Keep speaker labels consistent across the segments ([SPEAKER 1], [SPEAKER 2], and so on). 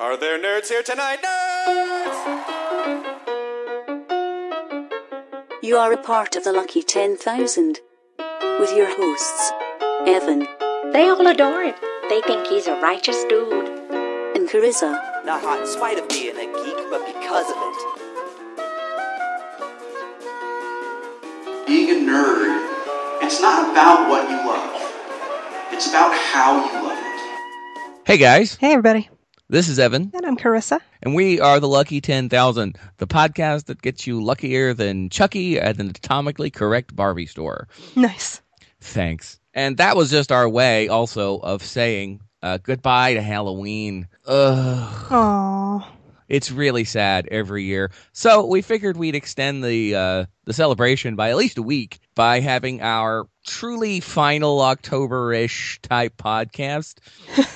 [SPEAKER 1] Are there nerds here tonight? Nerds!
[SPEAKER 2] You are a part of the lucky 10,000 with your hosts, Evan
[SPEAKER 3] They all adore him. They think he's a righteous dude.
[SPEAKER 2] and Carissa.
[SPEAKER 4] Not hot in spite of being a geek, but because of it.
[SPEAKER 5] Being a nerd, it's not about what you love. It's about how you love it.
[SPEAKER 6] Hey guys,
[SPEAKER 7] Hey, everybody.
[SPEAKER 6] this is Evan,
[SPEAKER 7] And I'm Carissa.
[SPEAKER 6] and we are the Lucky 10,000, the podcast that gets you luckier than Chucky at an atomically correct Barbie store.
[SPEAKER 7] Nice.
[SPEAKER 6] Thanks. And that was just our way also of saying uh, goodbye to Halloween. Ugh.
[SPEAKER 7] Aww.
[SPEAKER 6] It's really sad every year. So we figured we'd extend the uh, the celebration by at least a week by having our truly final October-ish type podcast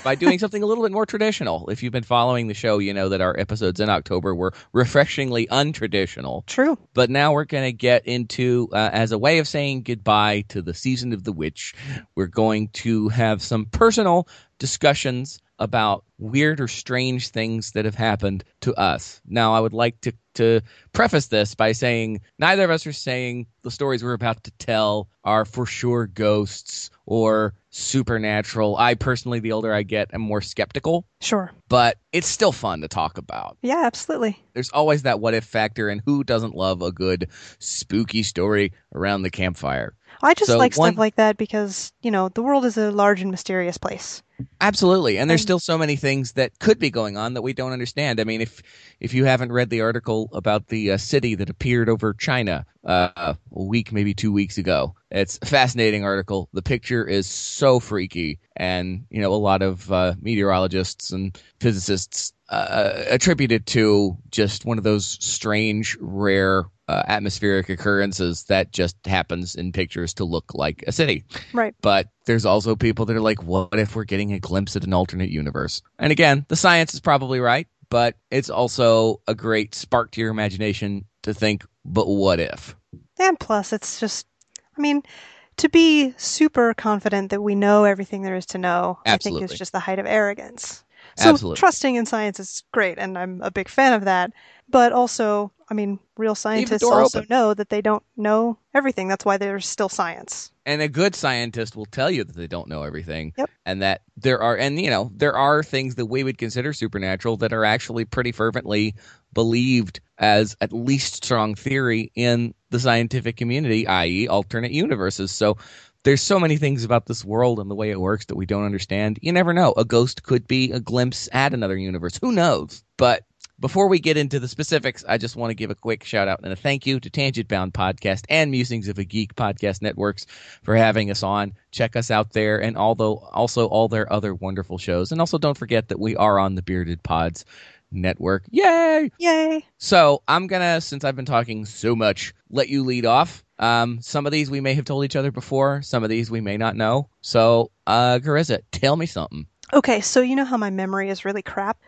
[SPEAKER 6] by doing something a little bit more traditional. If you've been following the show, you know that our episodes in October were refreshingly untraditional.
[SPEAKER 7] True.
[SPEAKER 6] But now we're going to get into, uh, as a way of saying goodbye to the season of the witch, we're going to have some personal discussions about weird or strange things that have happened to us. Now, I would like to, to preface this by saying neither of us are saying the stories we're about to tell are for sure ghosts or supernatural. I personally, the older I get, am more skeptical,
[SPEAKER 7] Sure.
[SPEAKER 6] but it's still fun to talk about
[SPEAKER 7] Yeah, absolutely.
[SPEAKER 6] there's always that what if factor and who doesn't love a good spooky story around the campfire
[SPEAKER 7] I just
[SPEAKER 6] So
[SPEAKER 7] like
[SPEAKER 6] one-
[SPEAKER 7] stuff like that because, you know, the world is a large and mysterious place.
[SPEAKER 6] absolutely and there's
[SPEAKER 7] And-
[SPEAKER 6] still so many things that could be going on that we don't understand i mean if if you haven't read the article about the uh, city that appeared over china uh, a week maybe two weeks ago it's a fascinating article the picture is so freaky and you know a lot of uh, meteorologists and physicists uh, attributed to just one of those strange, rare uh, atmospheric occurrences that just happens in pictures to look like a city.
[SPEAKER 7] Right.
[SPEAKER 6] But there's also people that are like, what if we're getting a glimpse at an alternate universe? And again, the science is probably right, but it's also a great spark to your imagination to think, but what if?
[SPEAKER 7] And plus, it's just, I mean, to be super confident that we know everything there is to know, I think
[SPEAKER 6] Absolutely.
[SPEAKER 7] is just the height of arrogance. So
[SPEAKER 6] Absolutely.
[SPEAKER 7] trusting in science is great, and I'm a big fan of that. But also, I mean, real scientists
[SPEAKER 6] door
[SPEAKER 7] also
[SPEAKER 6] open.
[SPEAKER 7] know that they don't know everything. That's why there's still science.
[SPEAKER 6] and a good scientist will tell you that they don't know everything
[SPEAKER 7] Yep.
[SPEAKER 6] and that there are and you know there are things that we would consider supernatural that are actually pretty fervently believed as at least strong theory in the scientific community i.e. alternate universes so there's so many things about this world and the way it works that we don't understand you never know a ghost could be a glimpse at another universe who knows but before we get into the specifics, I just want to give a quick shout out and a thank you to Tangent Bound Podcast and Musings of a Geek Podcast Networks for having us on. Check us out there and although also all their other wonderful shows. And also don't forget that we are on the Bearded Pods network. Yay!
[SPEAKER 7] Yay.
[SPEAKER 6] So I'm gonna, since I've been talking so much, let you lead off. Um, some of these we may have told each other before, some of these we may not know. So uh Carissa, tell me something.
[SPEAKER 7] Okay, so you know how my memory is really crap?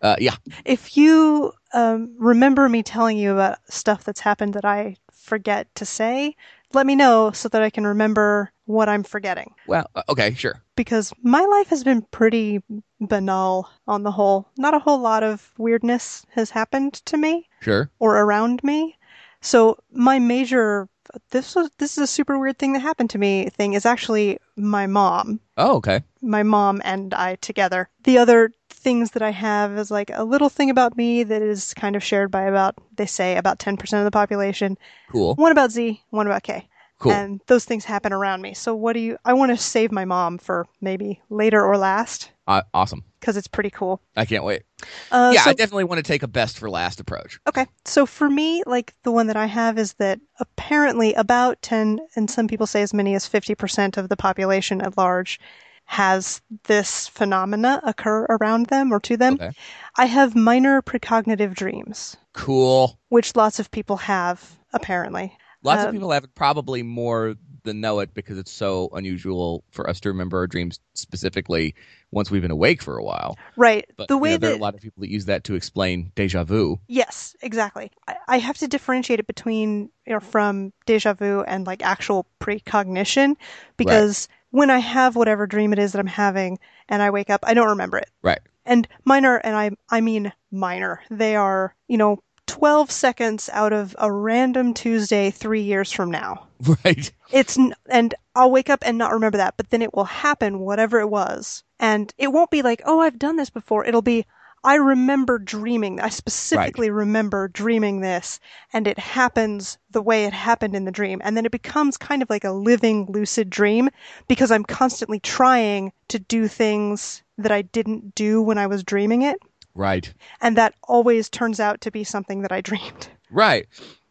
[SPEAKER 6] Uh yeah.
[SPEAKER 7] if you um, remember me telling you about stuff that's happened that I forget to say, let me know so that I can remember what I'm forgetting.
[SPEAKER 6] Well uh, okay, sure.
[SPEAKER 7] Because my life has been pretty banal on the whole. Not a whole lot of weirdness has happened to me
[SPEAKER 6] Sure.
[SPEAKER 7] or around me. So my major this was this is a super weird thing that happened to me thing is actually my mom
[SPEAKER 6] Oh, okay.
[SPEAKER 7] my mom and I together. The other things that I have is like a little thing about me that is kind of shared by about, they say, about 10% of the population.
[SPEAKER 6] Cool.
[SPEAKER 7] One about Z, one about K.
[SPEAKER 6] Cool.
[SPEAKER 7] And those things happen around me. So, what do you, I want to save my mom for maybe later or last
[SPEAKER 6] Aw Uh, awesome.
[SPEAKER 7] because it's pretty cool.
[SPEAKER 6] I can't wait.
[SPEAKER 7] Uh,
[SPEAKER 6] yeah,
[SPEAKER 7] so-
[SPEAKER 6] I definitely want to take a best for last approach.
[SPEAKER 7] Okay. So for me, like the one that I have is that apparently about 10, and some people say as many as 50% of the population at large has this phenomena occur around them or to them.
[SPEAKER 6] Okay.
[SPEAKER 7] I have minor precognitive dreams,
[SPEAKER 6] Cool.
[SPEAKER 7] which lots of people have, apparently.
[SPEAKER 6] Lots of
[SPEAKER 7] Um,
[SPEAKER 6] people have it probably more than know it because it's so unusual for us to remember our dreams specifically once we've been awake for a while.
[SPEAKER 7] Right.
[SPEAKER 6] But
[SPEAKER 7] the
[SPEAKER 6] you know,
[SPEAKER 7] way
[SPEAKER 6] there are
[SPEAKER 7] that
[SPEAKER 6] a lot of people that use that to explain deja vu.
[SPEAKER 7] Yes, exactly. I, I have to differentiate it between or from deja vu and like actual precognition because when I have whatever dream it is that I'm having and I wake up, I don't remember it.
[SPEAKER 6] Right.
[SPEAKER 7] And minor, and I, I mean minor, they are, you know, 12 seconds out of a random Tuesday three years from now.
[SPEAKER 6] Right.
[SPEAKER 7] It's, n- and I'll wake up and not remember that, but then it will happen, whatever it was. And it won't be like, oh, I've done this before. It'll be, I remember dreaming. I specifically remember dreaming this, and it happens the way it happened in the dream. And then it becomes kind of like a living, lucid dream because I'm constantly trying to do things that I didn't do when I was dreaming it.
[SPEAKER 6] Right.
[SPEAKER 7] And that always turns out to be something that I dreamed.
[SPEAKER 6] Right.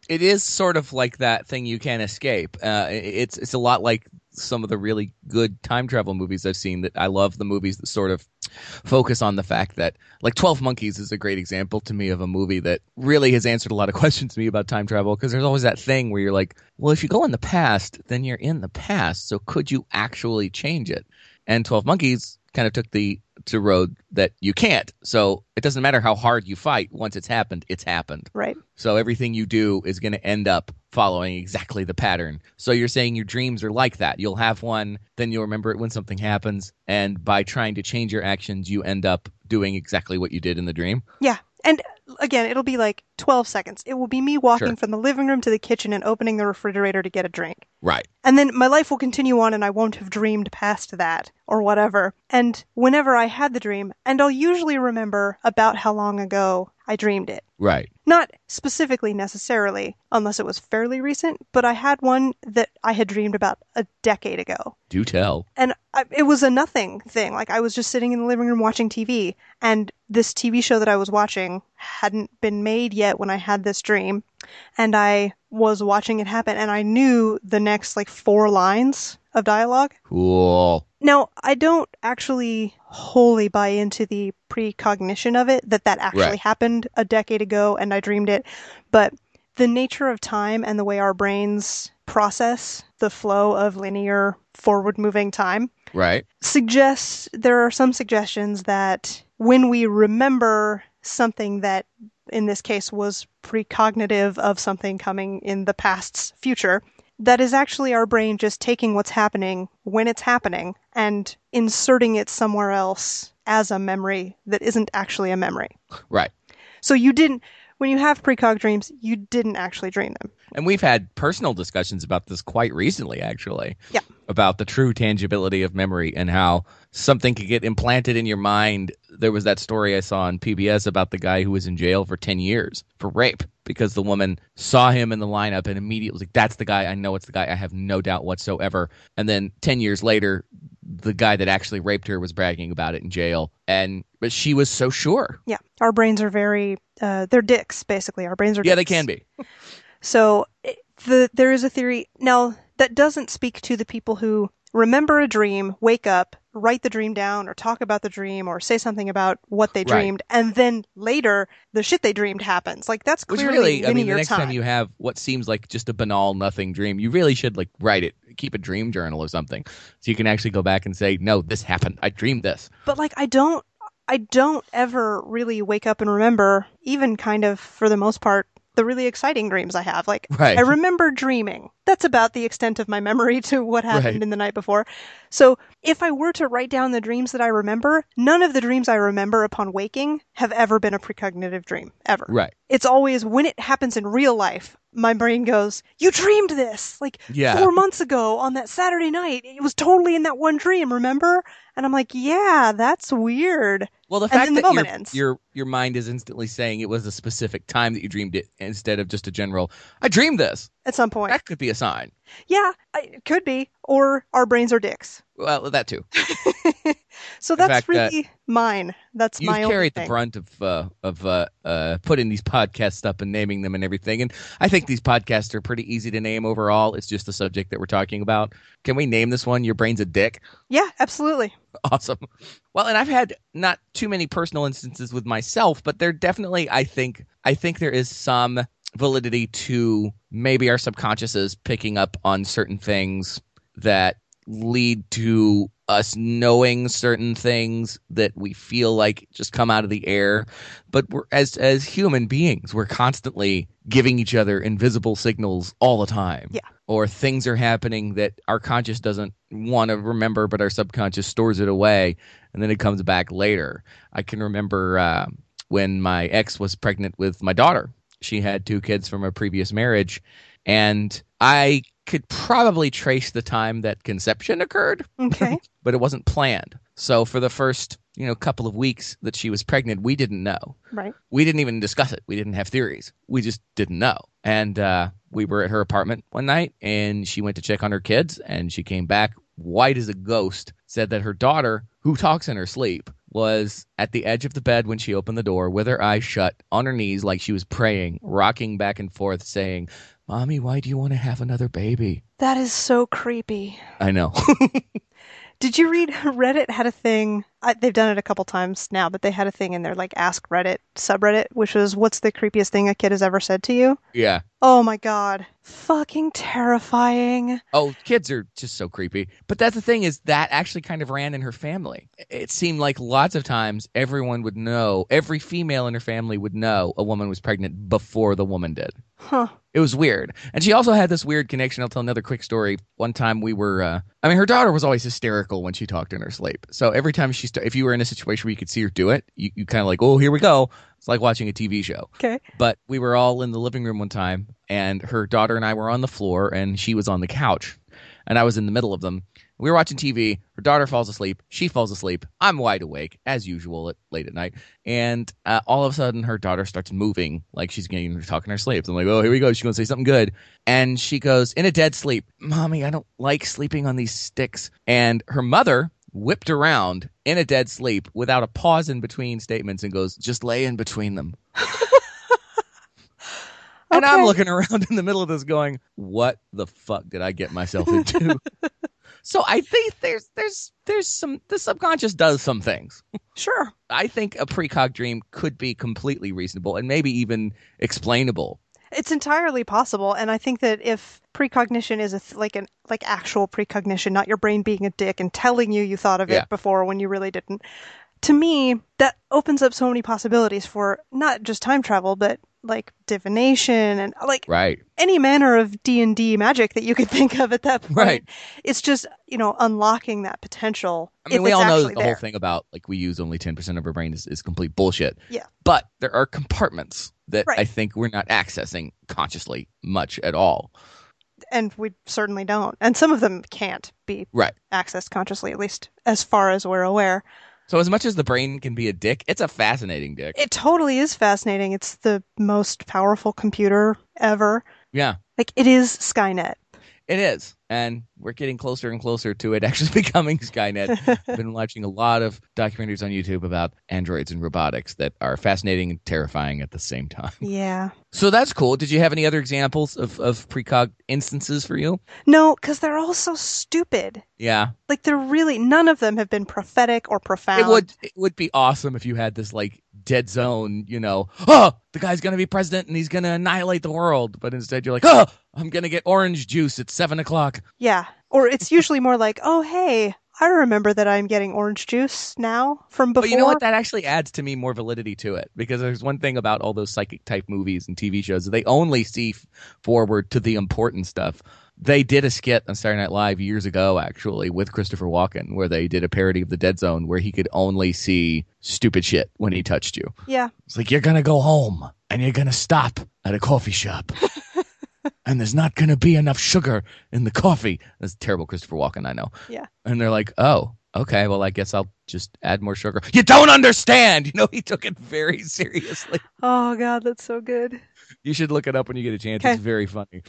[SPEAKER 6] It is sort of like that thing you can't escape. Uh, i- it's it's a lot like some of the really good time travel movies I've seen that I love the movies that sort of focus on the fact that like 12 Monkeys is a great example to me of a movie that really has answered a lot of questions to me about time travel because there's always that thing where you're like, well, if you go in the past, then you're in the past, so could you actually change it? And 12 Monkeys kind of took the to road that you can't. So it doesn't matter how hard you fight, once it's happened, it's happened.
[SPEAKER 7] Right.
[SPEAKER 6] So everything you do is going to end up following exactly the pattern. So you're saying your dreams are like that. You'll have one, then you'll remember it when something happens. And by trying to change your actions, you end up doing exactly what you did in the dream.
[SPEAKER 7] Yeah. And again, it'll be like 12 seconds. It will be me walking
[SPEAKER 6] Sure.
[SPEAKER 7] from the living room to the kitchen and opening the refrigerator to get a drink.
[SPEAKER 6] Right.
[SPEAKER 7] And then my life will continue on and I won't have dreamed past that or whatever. And whenever I had the dream, and I'll usually remember about how long ago I dreamed it.
[SPEAKER 6] Right.
[SPEAKER 7] Not specifically necessarily, unless it was fairly recent, but I had one that I had dreamed about a decade ago.
[SPEAKER 6] Do tell.
[SPEAKER 7] And I, it was a nothing thing. Like I was just sitting in the living room watching TV, and this TV show that I was watching hadn't been made yet when I had this dream. And I was watching it happen, and I knew the next like four lines of dialogue.
[SPEAKER 6] Cool.
[SPEAKER 7] Now, I don't actually wholly buy into the precognition of it, that that actually
[SPEAKER 6] Right.
[SPEAKER 7] happened a decade ago and I dreamed it, but the nature of time and the way our brains process the flow of linear, forward moving time
[SPEAKER 6] Right.
[SPEAKER 7] suggests there are some suggestions that when we remember something that in this case was precognitive of something coming in the past's future that is actually our brain just taking what's happening when it's happening and inserting it somewhere else as a memory that isn't actually a memory
[SPEAKER 6] Right.
[SPEAKER 7] so you didn't when you have precog dreams you didn't actually dream them
[SPEAKER 6] And we've had personal discussions about this quite recently, actually.
[SPEAKER 7] Yeah.
[SPEAKER 6] About the true tangibility of memory and how something could get implanted in your mind. There was that story I saw on PBS about the guy who was in jail for 10 years for rape because the woman saw him in the lineup and immediately was like, that's the guy. I know it's the guy. I have no doubt whatsoever. And then 10 years later, the guy that actually raped her was bragging about it in jail. And, but she was so sure.
[SPEAKER 7] yeah our brains are very uh, they're dicks basically our brains are
[SPEAKER 6] Yeah, they
[SPEAKER 7] dicks.
[SPEAKER 6] can be.
[SPEAKER 7] So it- the there is a theory now that doesn't speak to the people who remember a dream, wake up, write the dream down, or talk about the dream, or say something about what they
[SPEAKER 6] Right.
[SPEAKER 7] dreamed, and then later the shit they dreamed happens. Like that's
[SPEAKER 6] Which
[SPEAKER 7] clearly
[SPEAKER 6] really,
[SPEAKER 7] linear
[SPEAKER 6] I mean, the next
[SPEAKER 7] time.
[SPEAKER 6] time. you have what seems like just a banal nothing dream, you really should like write it, keep a dream journal or something, so you can actually go back and say, "No, this happened. I dreamed this."
[SPEAKER 7] but like I don't I don't ever really wake up and remember even kind of for the most part the really exciting dreams I have. Like
[SPEAKER 6] Right.
[SPEAKER 7] I remember dreaming. That's about the extent of my memory to what happened
[SPEAKER 6] Right.
[SPEAKER 7] in the night before. So if I were to write down the dreams that I remember, none of the dreams I remember upon waking have ever been a precognitive dream ever.
[SPEAKER 6] Right.
[SPEAKER 7] It's always when it happens in real life, my brain goes, "You dreamed this." Like
[SPEAKER 6] Yeah.
[SPEAKER 7] four months ago on that Saturday night. It was totally in that one dream, remember? And I'm like, yeah, that's weird.
[SPEAKER 6] Well, the
[SPEAKER 7] And
[SPEAKER 6] fact
[SPEAKER 7] then the
[SPEAKER 6] that your,
[SPEAKER 7] moment ends.
[SPEAKER 6] your your mind is instantly saying it was a specific time that you dreamed it instead of just a general, "I dreamed this."
[SPEAKER 7] At some point,
[SPEAKER 6] That could be a sign.
[SPEAKER 7] yeah, I, it could be, or our brains are dicks.
[SPEAKER 6] Well, that too.
[SPEAKER 7] So that's
[SPEAKER 6] fact that
[SPEAKER 7] really mine. That's
[SPEAKER 6] You've
[SPEAKER 7] my only
[SPEAKER 6] carried the
[SPEAKER 7] thing.
[SPEAKER 6] brunt of uh, of uh, uh, putting these podcasts up and naming them and everything, and I think these podcasts are pretty easy to name overall. It's just the subject that we're talking about. Can we name this one? Your brain's a dick.
[SPEAKER 7] yeah, absolutely.
[SPEAKER 6] Awesome. Well, and I've had not too many personal instances with myself, but there definitely, I think, I think there is some validity to maybe our subconsciouses picking up on certain things that lead to us knowing certain things that we feel like just come out of the air but we're as as human beings we're constantly giving each other invisible signals all the time
[SPEAKER 7] Yeah.
[SPEAKER 6] or things are happening that our conscious doesn't want to remember but our subconscious stores it away and then it comes back later i can remember uh, when my ex was pregnant with my daughter she had two kids from a previous marriage and i could probably trace the time that conception occurred
[SPEAKER 7] Okay.
[SPEAKER 6] but it wasn't planned. So for the first, you know, couple of weeks that she was pregnant, we didn't know.
[SPEAKER 7] right.
[SPEAKER 6] We didn't even discuss it. We didn't have theories. We just didn't know. And uh, we were at her apartment one night, and she went to check on her kids, and she came back white as a ghost. Said that her daughter, who talks in her sleep, was at the edge of the bed when she opened the door, with her eyes shut, on her knees like she was praying, rocking back and forth, saying, "Mommy, why do you want to have another baby?"
[SPEAKER 7] That is so creepy.
[SPEAKER 6] I know.
[SPEAKER 7] Did you read Reddit had a thing? I, they've done it a couple times now, but they had a thing in their like Ask Reddit subreddit, which was what's the creepiest thing a kid has ever said to you?
[SPEAKER 6] yeah.
[SPEAKER 7] Oh my god, fucking terrifying.
[SPEAKER 6] Oh, kids are just so creepy. But that's the thing is that actually kind of ran in her family. It seemed like lots of times everyone would know, every female in her family would know a woman was pregnant before the woman did.
[SPEAKER 7] Huh.
[SPEAKER 6] It was weird. And she also had this weird connection. I'll tell another quick story. One time we were, uh, I mean, her daughter was always hysterical when she talked in her sleep. So every time she, st- if you were in a situation where you could see her do it, you, you kind of like, oh, here we go. It's like watching a TV show
[SPEAKER 7] Okay.
[SPEAKER 6] but we were all in the living room one time and her daughter and I were on the floor and she was on the couch and I was in the middle of them. We were watching TV. Her daughter falls asleep. She falls asleep. I'm wide awake as usual at late at night. And uh, all of a sudden, her daughter starts moving like she's getting her talking her sleep. I'm like, oh, here we go. She's gonna say something good. And she goes in a dead sleep. Mommy, I don't like sleeping on these sticks. And her mother whipped around in a dead sleep without a pause in between statements and goes, just lay in between them. And I'm
[SPEAKER 7] Okay.
[SPEAKER 6] looking around in the middle of this going, what the fuck did I get myself into? so I think there's there's there's some the subconscious does some things.
[SPEAKER 7] Sure.
[SPEAKER 6] I think a precog dream could be completely reasonable and maybe even explainable.
[SPEAKER 7] It's entirely possible, and I think that if precognition is a th- like an like actual precognition, not your brain being a dick and telling you you thought of
[SPEAKER 6] Yeah.
[SPEAKER 7] it before when you really didn't, to me that opens up so many possibilities for not just time travel, but like divination and like
[SPEAKER 6] Right.
[SPEAKER 7] any manner of D&D magic that you could think of at that point.
[SPEAKER 6] Right.
[SPEAKER 7] It's just, you know, unlocking that potential.
[SPEAKER 6] I mean,
[SPEAKER 7] if
[SPEAKER 6] we
[SPEAKER 7] it's
[SPEAKER 6] all know
[SPEAKER 7] actually
[SPEAKER 6] that the
[SPEAKER 7] there.
[SPEAKER 6] whole thing about like we use only 10% of our brain is, is complete bullshit.
[SPEAKER 7] Yeah.
[SPEAKER 6] But there are compartments that
[SPEAKER 7] Right.
[SPEAKER 6] I think we're not accessing consciously much at all.
[SPEAKER 7] And we certainly don't. And some of them can't be
[SPEAKER 6] Right.
[SPEAKER 7] accessed consciously, at least as far as we're aware.
[SPEAKER 6] So as much as the brain can be a dick, it's a fascinating dick.
[SPEAKER 7] It totally is fascinating. It's the most powerful computer ever.
[SPEAKER 6] yeah.
[SPEAKER 7] Like, it is Skynet.
[SPEAKER 6] It is. And we're getting closer and closer to it actually becoming Skynet. I've been watching a lot of documentaries on YouTube about androids and robotics that are fascinating and terrifying at the same time.
[SPEAKER 7] Yeah.
[SPEAKER 6] So that's cool. Did you have any other examples of, of precog instances for you?
[SPEAKER 7] No, because they're all so stupid.
[SPEAKER 6] Yeah.
[SPEAKER 7] Like, they're really, none of them have been prophetic or profound.
[SPEAKER 6] It would it would be awesome if you had this like dead zone, you know, oh, the guy's gonna be president and he's gonna annihilate the world. But instead you're like, oh, I'm gonna get orange juice at seven o'clock.
[SPEAKER 7] Yeah. Or it's usually more like, oh, hey, I remember that I'm getting orange juice now from before.
[SPEAKER 6] But you know what? That actually adds to me more validity to it because there's one thing about all those psychic type movies and TV shows. They only see f- forward to the important stuff. They did a skit on Saturday Night Live years ago, actually, with Christopher Walken, where they did a parody of The Dead Zone where he could only see stupid shit when he touched you.
[SPEAKER 7] yeah.
[SPEAKER 6] It's like, you're going to go home and you're going to stop at a coffee shop. and there's not going to be enough sugar in the coffee. That's terrible, Christopher Walken, I know.
[SPEAKER 7] Yeah.
[SPEAKER 6] And they're like, oh, okay, well, I guess I'll just add more sugar. You don't understand. You know, he took it very seriously.
[SPEAKER 7] Oh, God, that's so good.
[SPEAKER 6] You should look it up when you get a chance.
[SPEAKER 7] Okay.
[SPEAKER 6] It's very funny.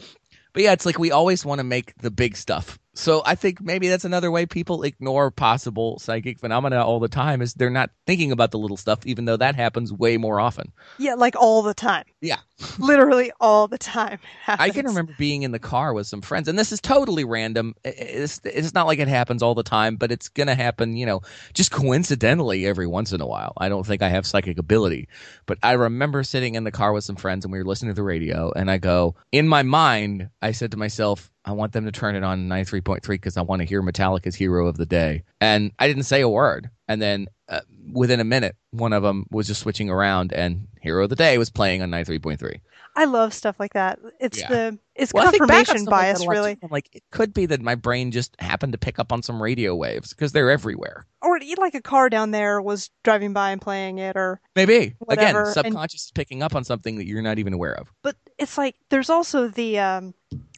[SPEAKER 6] But yeah, it's like we always want to make the big stuff. So I think maybe that's another way people ignore possible psychic phenomena all the time is they're not thinking about the little stuff, even though that happens way more often.
[SPEAKER 7] Yeah, like all the time.
[SPEAKER 6] Yeah.
[SPEAKER 7] Literally all the time.
[SPEAKER 6] I
[SPEAKER 7] happens.
[SPEAKER 6] can remember being in the car with some friends, and this is totally random. I- I- It's, it's not like it happens all the time, but it's going to happen, you know, just coincidentally every once in a while. I don't think I have psychic ability, but I remember sitting in the car with some friends and we were listening to the radio, and I go, in my mind, I said to myself, I want them to turn it on 93.3 because I want to hear Metallica's Hero of the Day. And I didn't say a word. And then uh, within a minute, one of them was just switching around and Hero of the Day was playing on 93.3.
[SPEAKER 7] I love stuff like that. It's
[SPEAKER 6] Yeah.
[SPEAKER 7] the it's
[SPEAKER 6] Well, I think back on
[SPEAKER 7] confirmation
[SPEAKER 6] stuff like that
[SPEAKER 7] bias,
[SPEAKER 6] a lot, too.
[SPEAKER 7] really,
[SPEAKER 6] I'm like, it could be that my brain just happened to pick up on some radio waves because they're everywhere.
[SPEAKER 7] or like a car down there was driving by and playing it, or
[SPEAKER 6] Maybe.
[SPEAKER 7] Whatever,
[SPEAKER 6] Again,
[SPEAKER 7] and-
[SPEAKER 6] subconscious is picking up on something that you're not even aware of.
[SPEAKER 7] but it's like there's also the um,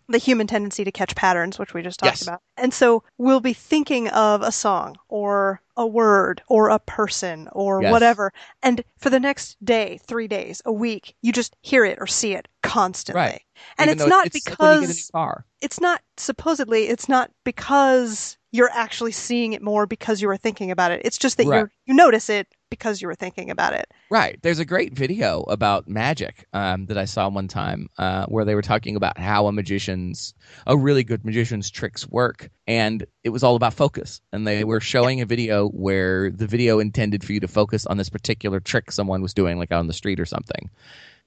[SPEAKER 7] the human tendency to catch patterns, which we just talked
[SPEAKER 6] Yes.
[SPEAKER 7] about. And so we'll be thinking of a song or a word or a person or
[SPEAKER 6] Yes.
[SPEAKER 7] whatever, and for the next day, three days, a week, you just hear it or see it constantly.
[SPEAKER 6] Right.
[SPEAKER 7] And
[SPEAKER 6] Even
[SPEAKER 7] it's
[SPEAKER 6] though
[SPEAKER 7] not
[SPEAKER 6] like when you get a new
[SPEAKER 7] because
[SPEAKER 6] car.
[SPEAKER 7] it's not supposedly it's not because you're actually seeing it more because you were thinking about it. It's just that
[SPEAKER 6] Right.
[SPEAKER 7] you you notice it because you were thinking about it.
[SPEAKER 6] Right. There's a great video about magic um, that I saw one time uh, where they were talking about how a magician's, a really good magician's tricks work. And it was all about focus. And they were showing a video where the video intended for you to focus on this particular trick someone was doing, like out on the street or something.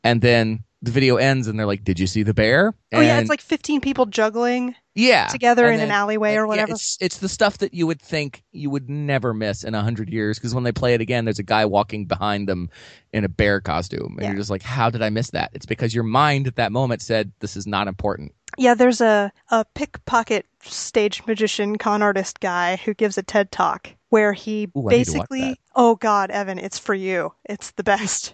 [SPEAKER 6] And then the video ends and they're like, Did you see the bear?
[SPEAKER 7] Oh yeah,
[SPEAKER 6] And-
[SPEAKER 7] it's like 15 people juggling
[SPEAKER 6] yeah,
[SPEAKER 7] together
[SPEAKER 6] And
[SPEAKER 7] in an
[SPEAKER 6] then-
[SPEAKER 7] alleyway
[SPEAKER 6] and-
[SPEAKER 7] or
[SPEAKER 6] yeah,
[SPEAKER 7] whatever.
[SPEAKER 6] it's, it's the stuff that you would think you would never miss in a hundred years because when they play it again, there's a guy walking behind them in a bear costume, and
[SPEAKER 7] Yeah.
[SPEAKER 6] you're just like, "How did I miss that?" It's because your mind at that moment said, "This is not important."
[SPEAKER 7] Yeah, there's a, a pickpocket stage magician con artist guy who gives a TED talk where he
[SPEAKER 6] Ooh, I need to watch
[SPEAKER 7] basically
[SPEAKER 6] that.
[SPEAKER 7] oh god, Evan, it's for you. It's the best.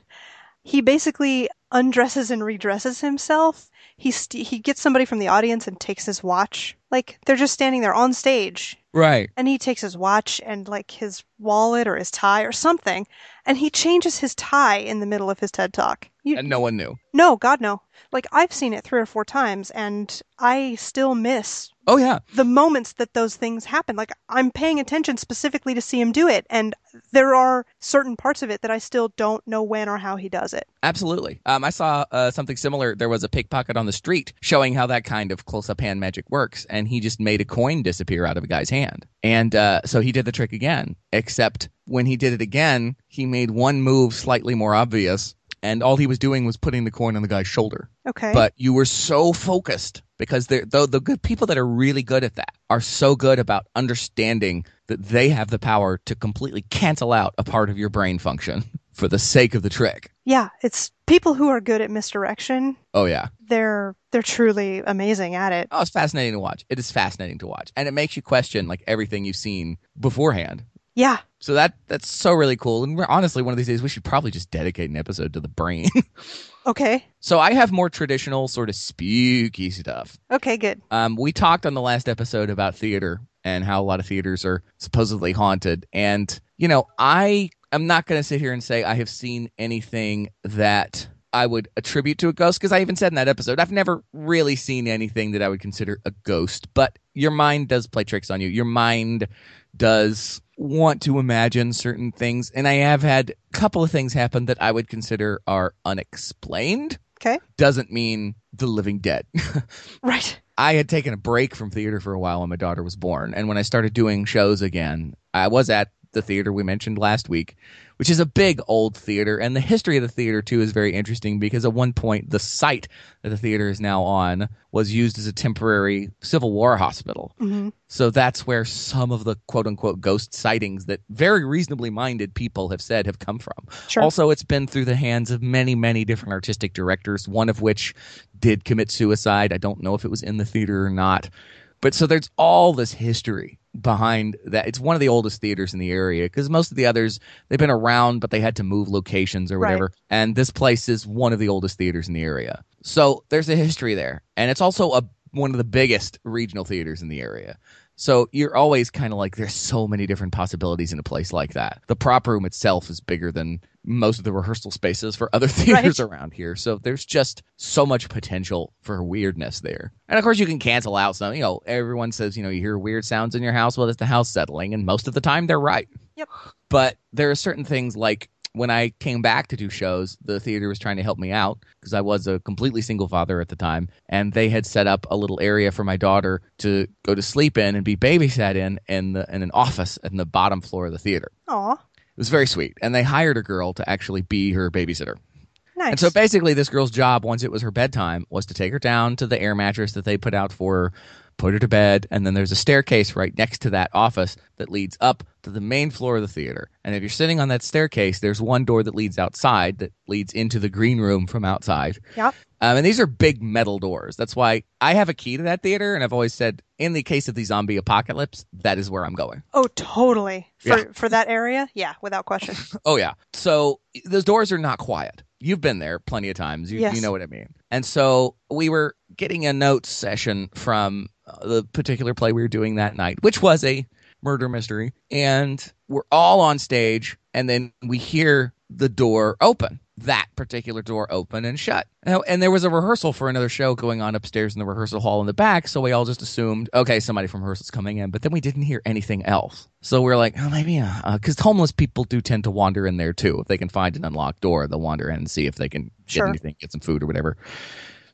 [SPEAKER 7] he basically undresses and redresses himself. He st- he gets somebody from the audience and takes his watch. Like they're just standing there on stage
[SPEAKER 6] Right.
[SPEAKER 7] and he takes his watch and like his wallet or his tie or something and he changes his tie in the middle of his TED talk. You,
[SPEAKER 6] And no one knew.
[SPEAKER 7] no, god no. Like I've seen it 3 or 4 times and I still miss
[SPEAKER 6] Oh yeah.
[SPEAKER 7] the moments that those things happen. Like I'm paying attention specifically to see him do it, and there are certain parts of it that I still don't know when or how he does it.
[SPEAKER 6] Absolutely. Um, I saw uh, something similar. There was a pickpocket on the street showing how that kind of close up hand magic works, and he just made a coin disappear out of a guy's hand. And uh, so he did the trick again, except when he did it again, he made one move slightly more obvious, and all he was doing was putting the coin on the guy's shoulder.
[SPEAKER 7] Okay.
[SPEAKER 6] But you were so focused because they're, though the good people that are really good at that are so good about understanding that they have the power to completely cancel out a part of your brain function for the sake of the trick.
[SPEAKER 7] yeah, it's people who are good at misdirection.
[SPEAKER 6] Oh yeah.
[SPEAKER 7] They're they're truly amazing at it.
[SPEAKER 6] Oh, it's fascinating to watch. It is fascinating to watch, and it makes you question like everything you've seen beforehand.
[SPEAKER 7] Yeah.
[SPEAKER 6] So that that's so really cool. And we're, honestly, one of these days we should probably just dedicate an episode to the brain.
[SPEAKER 7] Okay.
[SPEAKER 6] so I have more traditional sort of spooky stuff.
[SPEAKER 7] Okay. Good.
[SPEAKER 6] Um, we talked on the last episode about theater and how a lot of theaters are supposedly haunted. And, you know, I am not going to sit here and say I have seen anything that I would attribute to a ghost because I even said in that episode, I've never really seen anything that I would consider a ghost. But your mind does play tricks on you. Your mind does want to imagine certain things. And I have had a couple of things happen that I would consider are unexplained.
[SPEAKER 7] Okay.
[SPEAKER 6] Doesn't mean the living dead.
[SPEAKER 7] Right.
[SPEAKER 6] I had taken a break from theater for a while when my daughter was born. And when I started doing shows again, I was at the theater we mentioned last week, which is a big old theater. And the history of the theater, too, is very interesting because at one point, the site that the theater is now on was used as a temporary Civil War hospital.
[SPEAKER 7] hmm
[SPEAKER 6] So that's where some of the quote unquote ghost sightings that very reasonably minded people have said have come from.
[SPEAKER 7] Sure.
[SPEAKER 6] Also, it's been through the hands of many, many different artistic directors, one of which did commit suicide. I don't know if it was in the theater or not. But so there's all this history behind that. It's one of the oldest theaters in the area because most of the others, they've been around, but they had to move locations or
[SPEAKER 7] Right.
[SPEAKER 6] whatever. And this place is one of the oldest theaters in the area. So there's a history there. And it's also a, one of the biggest regional theaters in the area. So you're always kind of like, there's so many different possibilities in a place like that. The prop room itself is bigger than most of the rehearsal spaces for other theaters around here. So there's just so much potential for weirdness there. And of course, you can cancel out some. You know, everyone says, you know, you hear weird sounds in your house. Well, it's the house settling. And most of the time, they're right.
[SPEAKER 7] Yep.
[SPEAKER 6] But there are certain things like when I came back to do shows, the theater was trying to help me out because I was a completely single father at the time. And they had set up a little area for my daughter to go to sleep in and be babysat in in, the, in an office in the bottom floor of the theater.
[SPEAKER 7] Aw.
[SPEAKER 6] It was very sweet. And they hired a girl to actually be her babysitter.
[SPEAKER 7] Nice.
[SPEAKER 6] And so basically, this girl's job, once it was her bedtime, was to take her down to the air mattress that they put out for her, put her to bed, and then there's a staircase right next to that office that leads up to the main floor of the theater. And if you're sitting on that staircase, there's one door that leads outside that leads into the green room from outside.
[SPEAKER 7] Yep.
[SPEAKER 6] Um, and these are big metal doors. That's why I have a key to that theater, and I've always said, in the case of the zombie apocalypse, that is where I'm going.
[SPEAKER 7] Oh, totally. For
[SPEAKER 6] Yeah.
[SPEAKER 7] for that area, yeah, without question.
[SPEAKER 6] Oh yeah. So those doors are not quiet. You've been there plenty of times. You,
[SPEAKER 7] Yes.
[SPEAKER 6] you know what I mean. And so we were getting a notes session from uh, the particular play we were doing that night, which was a murder mystery. And we're all on stage, and then we hear the door open, that particular door open and shut. Now, and there was a rehearsal for another show going on upstairs in the rehearsal hall in the back. So we all just assumed, okay, somebody from rehearsal's coming in. But then we didn't hear anything else. So we're like, oh, maybe, because homeless people do tend to wander in there too. If they can find an unlocked door, they'll wander in and see if they can get
[SPEAKER 7] Sure.
[SPEAKER 6] anything, get some food or whatever.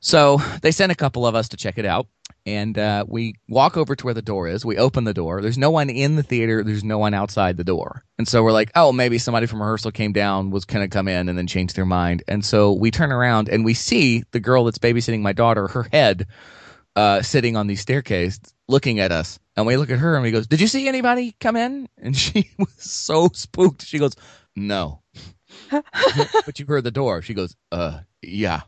[SPEAKER 6] So they sent a couple of us to check it out. And uh, we walk over to where the door is. We open the door. There's no one in the theater. There's no one outside the door. And so we're like, oh, maybe somebody from rehearsal came down, was going to come in and then change their mind. And so we turn around and we see the girl that's babysitting my daughter, her head uh, sitting on the staircase looking at us. And we look at her and we goes, did you see anybody come in? And she was so spooked. She goes, no. but you heard the door. She goes, uh, yeah.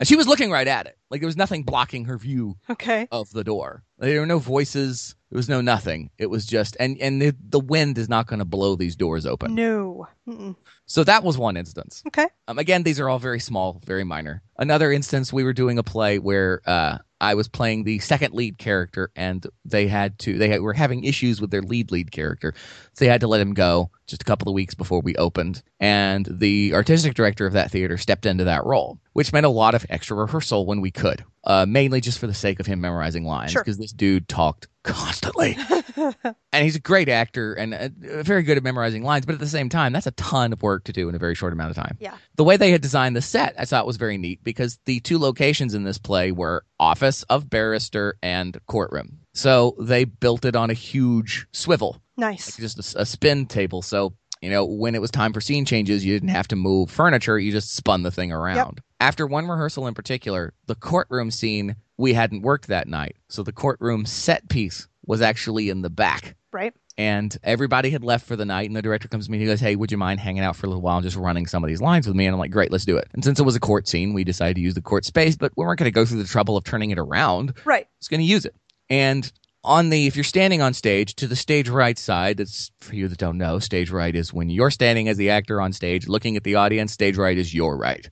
[SPEAKER 6] And she was looking right at it. Like there was nothing blocking her view
[SPEAKER 7] Okay.
[SPEAKER 6] of the door. There were no voices. There was no nothing. It was just and and the, the wind is not going to blow these doors open.
[SPEAKER 7] No. Mm-mm.
[SPEAKER 6] So that was one instance.
[SPEAKER 7] Okay.
[SPEAKER 6] Um, again, these are all very small, very minor. Another instance, we were doing a play where uh, I was playing the second lead character, and they had to they had, were having issues with their lead lead character, so they had to let him go just a couple of weeks before we opened. And the artistic director of that theater stepped into that role, which meant a lot of extra rehearsal when we could, uh, mainly just for the sake of him memorizing lines
[SPEAKER 7] Sure.
[SPEAKER 6] because this dude talked constantly and he's a great actor and uh, very good at memorizing lines but at the same time that's a ton of work to do in a very short amount of time
[SPEAKER 7] Yeah.
[SPEAKER 6] the way they had designed the set i thought was very neat because the two locations in this play were office of barrister and courtroom so they built it on a huge swivel
[SPEAKER 7] Nice.
[SPEAKER 6] like just a s- a, spin table. So, you know, when it was time for scene changes, you didn't have to move furniture. You just spun the thing around. After one rehearsal in particular, the courtroom scene, we hadn't worked that night. So the courtroom set piece was actually in the back.
[SPEAKER 7] Right.
[SPEAKER 6] And everybody had left for the night, and the director comes to me and he goes, Hey, would you mind hanging out for a little while and just running some of these lines with me? And I'm like, Great, let's do it. And since it was a court scene, we decided to use the court space, but we weren't going to go through the trouble of turning it around
[SPEAKER 7] Right.
[SPEAKER 6] is going to use it. And on the, if you're standing on stage, to the stage right side, that's for you that don't know, stage right is when you're standing as the actor on stage looking at the audience, stage right is your right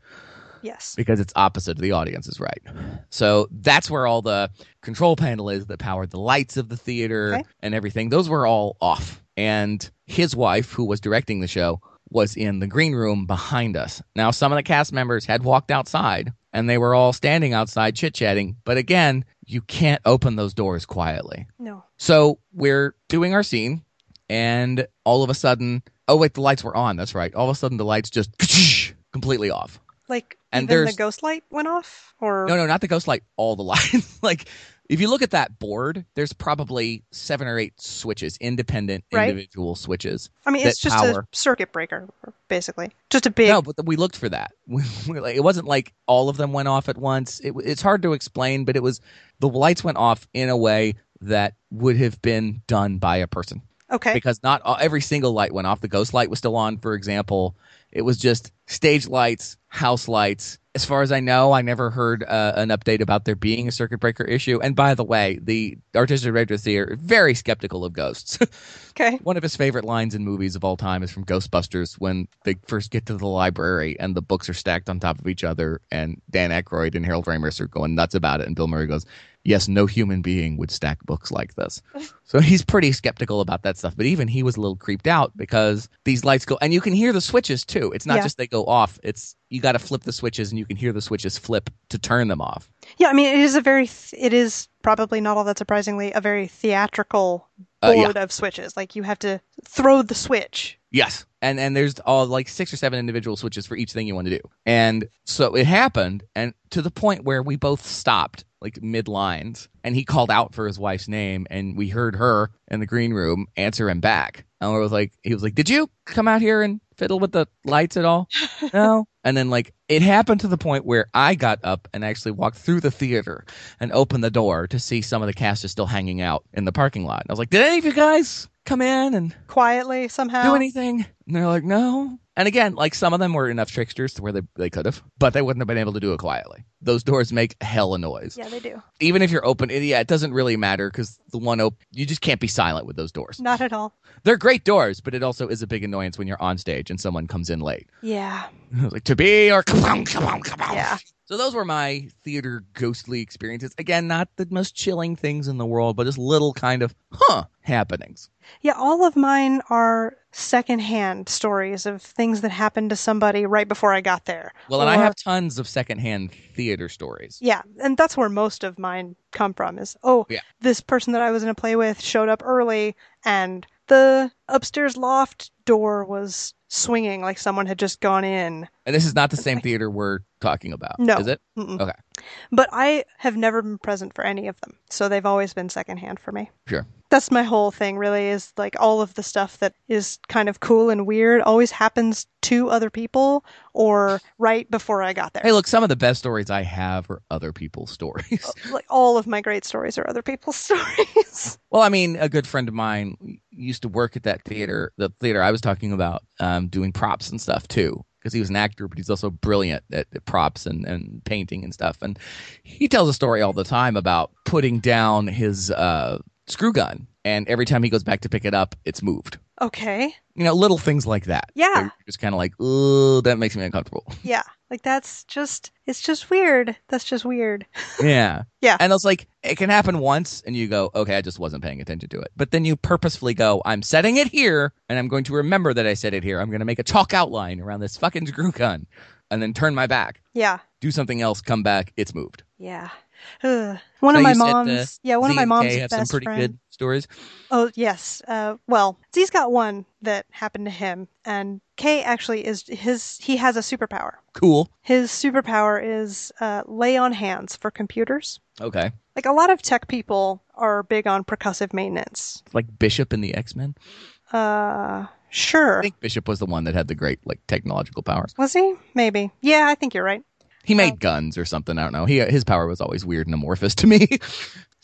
[SPEAKER 7] Yes.
[SPEAKER 6] because it's opposite to the audience's right. So that's where all the control panel is that powered the lights of the theater
[SPEAKER 7] Okay.
[SPEAKER 6] and everything. Those were all off. And his wife, who was directing the show, was in the green room behind us. Now, some of the cast members had walked outside and they were all standing outside chit chatting. But again, you can't open those doors quietly.
[SPEAKER 7] No.
[SPEAKER 6] So we're doing our scene, and all of a sudden, oh, wait, the lights were on. That's right. All of a sudden, the lights just completely off.
[SPEAKER 7] Like
[SPEAKER 6] And
[SPEAKER 7] even the
[SPEAKER 6] there's-
[SPEAKER 7] ghost light went off or
[SPEAKER 6] No, no, not the ghost light. All the lights. like, if you look at that board, there's probably seven or eight switches, independent,
[SPEAKER 7] Right.
[SPEAKER 6] individual switches.
[SPEAKER 7] I mean it's
[SPEAKER 6] that
[SPEAKER 7] just
[SPEAKER 6] power.
[SPEAKER 7] a circuit breaker basically. Just a big
[SPEAKER 6] No, but we looked for that. We- we- like, it wasn't like all of them went off at once. It, w- it's hard to explain, but it was the lights went off in a way that would have been done by a person
[SPEAKER 7] Okay.
[SPEAKER 6] because not all, every single light went off. The ghost light was still on, for example. It was just stage lights, house lights. As far as I know, I never heard uh, an update about there being a circuit breaker issue. And by the way, the artistic director of the theater very skeptical of ghosts.
[SPEAKER 7] Okay.
[SPEAKER 6] One of his favorite lines in movies of all time is from Ghostbusters when they first get to the library and the books are stacked on top of each other, and Dan Aykroyd and Harold Ramis are going nuts about it, and Bill Murray goes, "Yes, no human being would stack books like this." so he's pretty skeptical about that stuff. But even he was a little creeped out because these lights go, and you can hear the switches too. It's not
[SPEAKER 7] Yeah.
[SPEAKER 6] just they go off; it's you got to flip the switches, and you can hear the switches flip to turn them off.
[SPEAKER 7] Yeah, I mean it is a very th- it is probably not all that surprisingly a very theatrical
[SPEAKER 6] Uh,
[SPEAKER 7] board
[SPEAKER 6] yeah.
[SPEAKER 7] of switches. Like you have to throw the switch.
[SPEAKER 6] Yes. And and there's all like six or seven individual switches for each thing you want to do. And so it happened and to the point where we both stopped like mid lines and he called out for his wife's name and we heard her in the green room answer him back. And I was like he was like, Did you come out here and fiddle with the lights at all? no. And then, like, it happened to the point where I got up and actually walked through the theater and opened the door to see some of the cast is still hanging out in the parking lot. And I was like, Did any of you guys come in and
[SPEAKER 7] quietly somehow.
[SPEAKER 6] do anything? And they're like, No. And again, like, some of them were enough tricksters to where they, they could have, but they wouldn't have been able to do it quietly. Those doors make hell of noise.
[SPEAKER 7] Yeah, they do.
[SPEAKER 6] Even if you're open, yeah, it doesn't really matter because the one op- you just can't be silent with those doors.
[SPEAKER 7] Not at all.
[SPEAKER 6] They're great doors, but it also is a big annoyance when you're on stage and someone comes in late.
[SPEAKER 7] Yeah.
[SPEAKER 6] like to be or kaboom, kaboom, kaboom.
[SPEAKER 7] Yeah.
[SPEAKER 6] So those were my theater ghostly experiences. Again, not the most chilling things in the world, but just little kind of huh happenings.
[SPEAKER 7] Yeah, all of mine are secondhand stories of things that happened to somebody right before I got there.
[SPEAKER 6] Well, and I
[SPEAKER 7] Or-
[SPEAKER 6] have tons of secondhand theater stories.
[SPEAKER 7] Yeah, and that's where most of mine come from is oh,
[SPEAKER 6] Yeah.
[SPEAKER 7] this person that I was in a play with showed up early and the upstairs loft door was swinging like someone had just gone in.
[SPEAKER 6] And this is not the same theater we're talking about,
[SPEAKER 7] No.
[SPEAKER 6] is it?
[SPEAKER 7] Mm-mm.
[SPEAKER 6] Okay.
[SPEAKER 7] But I have never been present for any of them, so they've always been secondhand for me.
[SPEAKER 6] Sure.
[SPEAKER 7] That's my whole thing, really, is like all of the stuff that is kind of cool and weird always happens to other people or right before I got there.
[SPEAKER 6] Hey, look, some of the best stories I have are other people's stories.
[SPEAKER 7] Like all of my great stories are other people's stories.
[SPEAKER 6] Well, I mean, a good friend of mine used to work at that theater, the theater I was talking about, um, doing props and stuff too, because he was an actor, but he's also brilliant at, at props and, and painting and stuff. And he tells a story all the time about putting down his uh, screw gun, and every time he goes back to pick it up, it's moved.
[SPEAKER 7] okay.
[SPEAKER 6] You know, little things like that.
[SPEAKER 7] Yeah.
[SPEAKER 6] They're just kind of like, ooh, that makes me uncomfortable.
[SPEAKER 7] Yeah. Like that's just it's just weird. That's just weird.
[SPEAKER 6] Yeah.
[SPEAKER 7] Yeah.
[SPEAKER 6] And it's like, it can happen once and you go, okay, I just wasn't paying attention to it. But then you purposefully go, I'm setting it here and I'm going to remember that I said it here. I'm going to make a chalk outline around this fucking screw gun and then turn my back,
[SPEAKER 7] Yeah.
[SPEAKER 6] do something else, come back. It's moved.
[SPEAKER 7] Yeah. Ugh. One of
[SPEAKER 6] So
[SPEAKER 7] my
[SPEAKER 6] you said uh, the
[SPEAKER 7] mom's yeah, one of my
[SPEAKER 6] Z&K
[SPEAKER 7] mom's
[SPEAKER 6] have
[SPEAKER 7] best
[SPEAKER 6] some pretty
[SPEAKER 7] friend.
[SPEAKER 6] good stories.
[SPEAKER 7] Oh yes. Uh, well, Z's got one that happened to him, and K actually is his. He has a superpower.
[SPEAKER 6] Cool.
[SPEAKER 7] His superpower is uh, lay on hands for computers.
[SPEAKER 6] Okay.
[SPEAKER 7] Like a lot of tech people are big on percussive maintenance.
[SPEAKER 6] Like Bishop in the X Men.
[SPEAKER 7] Uh, sure.
[SPEAKER 6] I think Bishop was the one that had the great like technological powers.
[SPEAKER 7] Was he? Maybe. Yeah, I think you're right.
[SPEAKER 6] He made guns or something. I don't know. He his power was always weird and amorphous to me.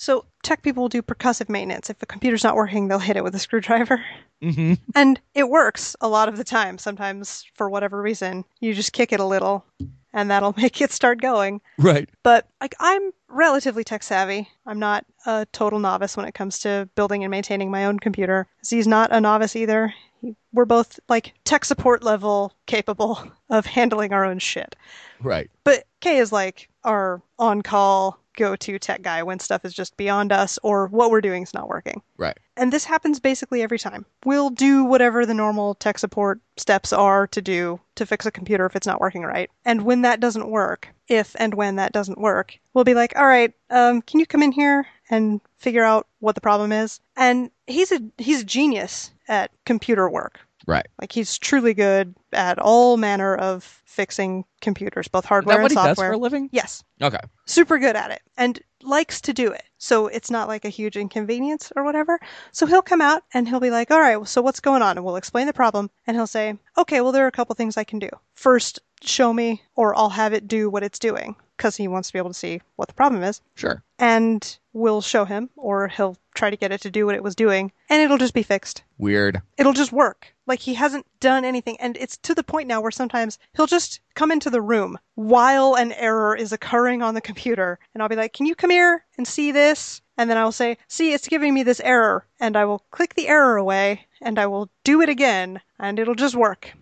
[SPEAKER 7] So tech people will do percussive maintenance. If the computer's not working, they'll hit it with a screwdriver.
[SPEAKER 6] hmm
[SPEAKER 7] And it works a lot of the time. Sometimes, for whatever reason, you just kick it a little and that'll make it start going.
[SPEAKER 6] Right.
[SPEAKER 7] But like I'm relatively tech savvy. I'm not a total novice when it comes to building and maintaining my own computer. Z's not a novice either. He- We're both like tech support level capable of handling our own shit.
[SPEAKER 6] Right.
[SPEAKER 7] But Kay is like our on call go to tech guy when stuff is just beyond us or what we're doing is not working.
[SPEAKER 6] Right.
[SPEAKER 7] And this happens basically every time. We'll do whatever the normal tech support steps are to do to fix a computer if it's not working right. And when that doesn't work, if and when that doesn't work, we'll be like, all right, um, can you come in here and figure out what the problem is? And he's a he's a genius at computer work.
[SPEAKER 6] Right.
[SPEAKER 7] Like he's truly good at all manner of fixing computers, both
[SPEAKER 6] Is
[SPEAKER 7] hardware
[SPEAKER 6] that
[SPEAKER 7] and
[SPEAKER 6] what he
[SPEAKER 7] software.
[SPEAKER 6] does for a living?
[SPEAKER 7] Yes.
[SPEAKER 6] Okay.
[SPEAKER 7] Super good at it and likes to do it. So it's not like a huge inconvenience or whatever. So he'll come out and he'll be like, all right, well, so what's going on? And we'll explain the problem. And he'll say, okay, well, there are a couple things I can do. First, show me or I'll have it do what it's doing because he wants to be able to see what the problem is.
[SPEAKER 6] Sure.
[SPEAKER 7] And we'll show him or he'll try to get it to do what it was doing and it'll just be fixed
[SPEAKER 6] Weird.
[SPEAKER 7] it'll just work. Like he hasn't done anything. And it's to the point now where sometimes he'll just come into the room while an error is occurring on the computer. And I'll be like, can you come here and see this? And then I will say, see, it's giving me this error. And I will click the error away and I will do it again and it'll just work.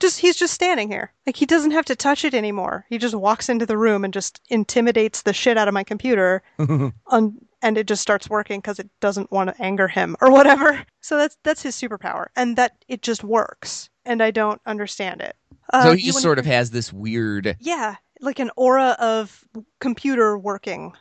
[SPEAKER 7] just, he's just standing here. Like he doesn't have to touch it anymore. He just walks into the room and just intimidates the shit out of my computer un- and it just starts working because it doesn't want to anger him or whatever. So that's that's his superpower, and that it just works, and I don't understand it. Uh,
[SPEAKER 6] so
[SPEAKER 7] you
[SPEAKER 6] he just
[SPEAKER 7] wanna-
[SPEAKER 6] sort of has this weird
[SPEAKER 7] yeah, like an aura of computer working.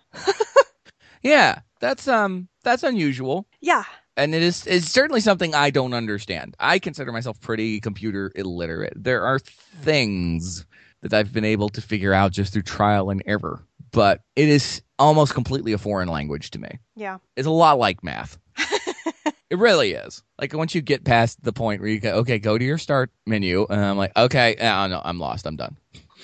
[SPEAKER 6] yeah that's um that's unusual
[SPEAKER 7] Yeah,
[SPEAKER 6] and it is it's certainly something i don't understand i consider myself pretty computer illiterate there are things that i've been able to figure out just through trial and error but it is almost completely a foreign language to me
[SPEAKER 7] yeah.
[SPEAKER 6] it's a lot like math It really is. Like once you get past the point where you go, okay, go to your start menu, and I'm like, okay, uh, no, I'm lost. I'm done.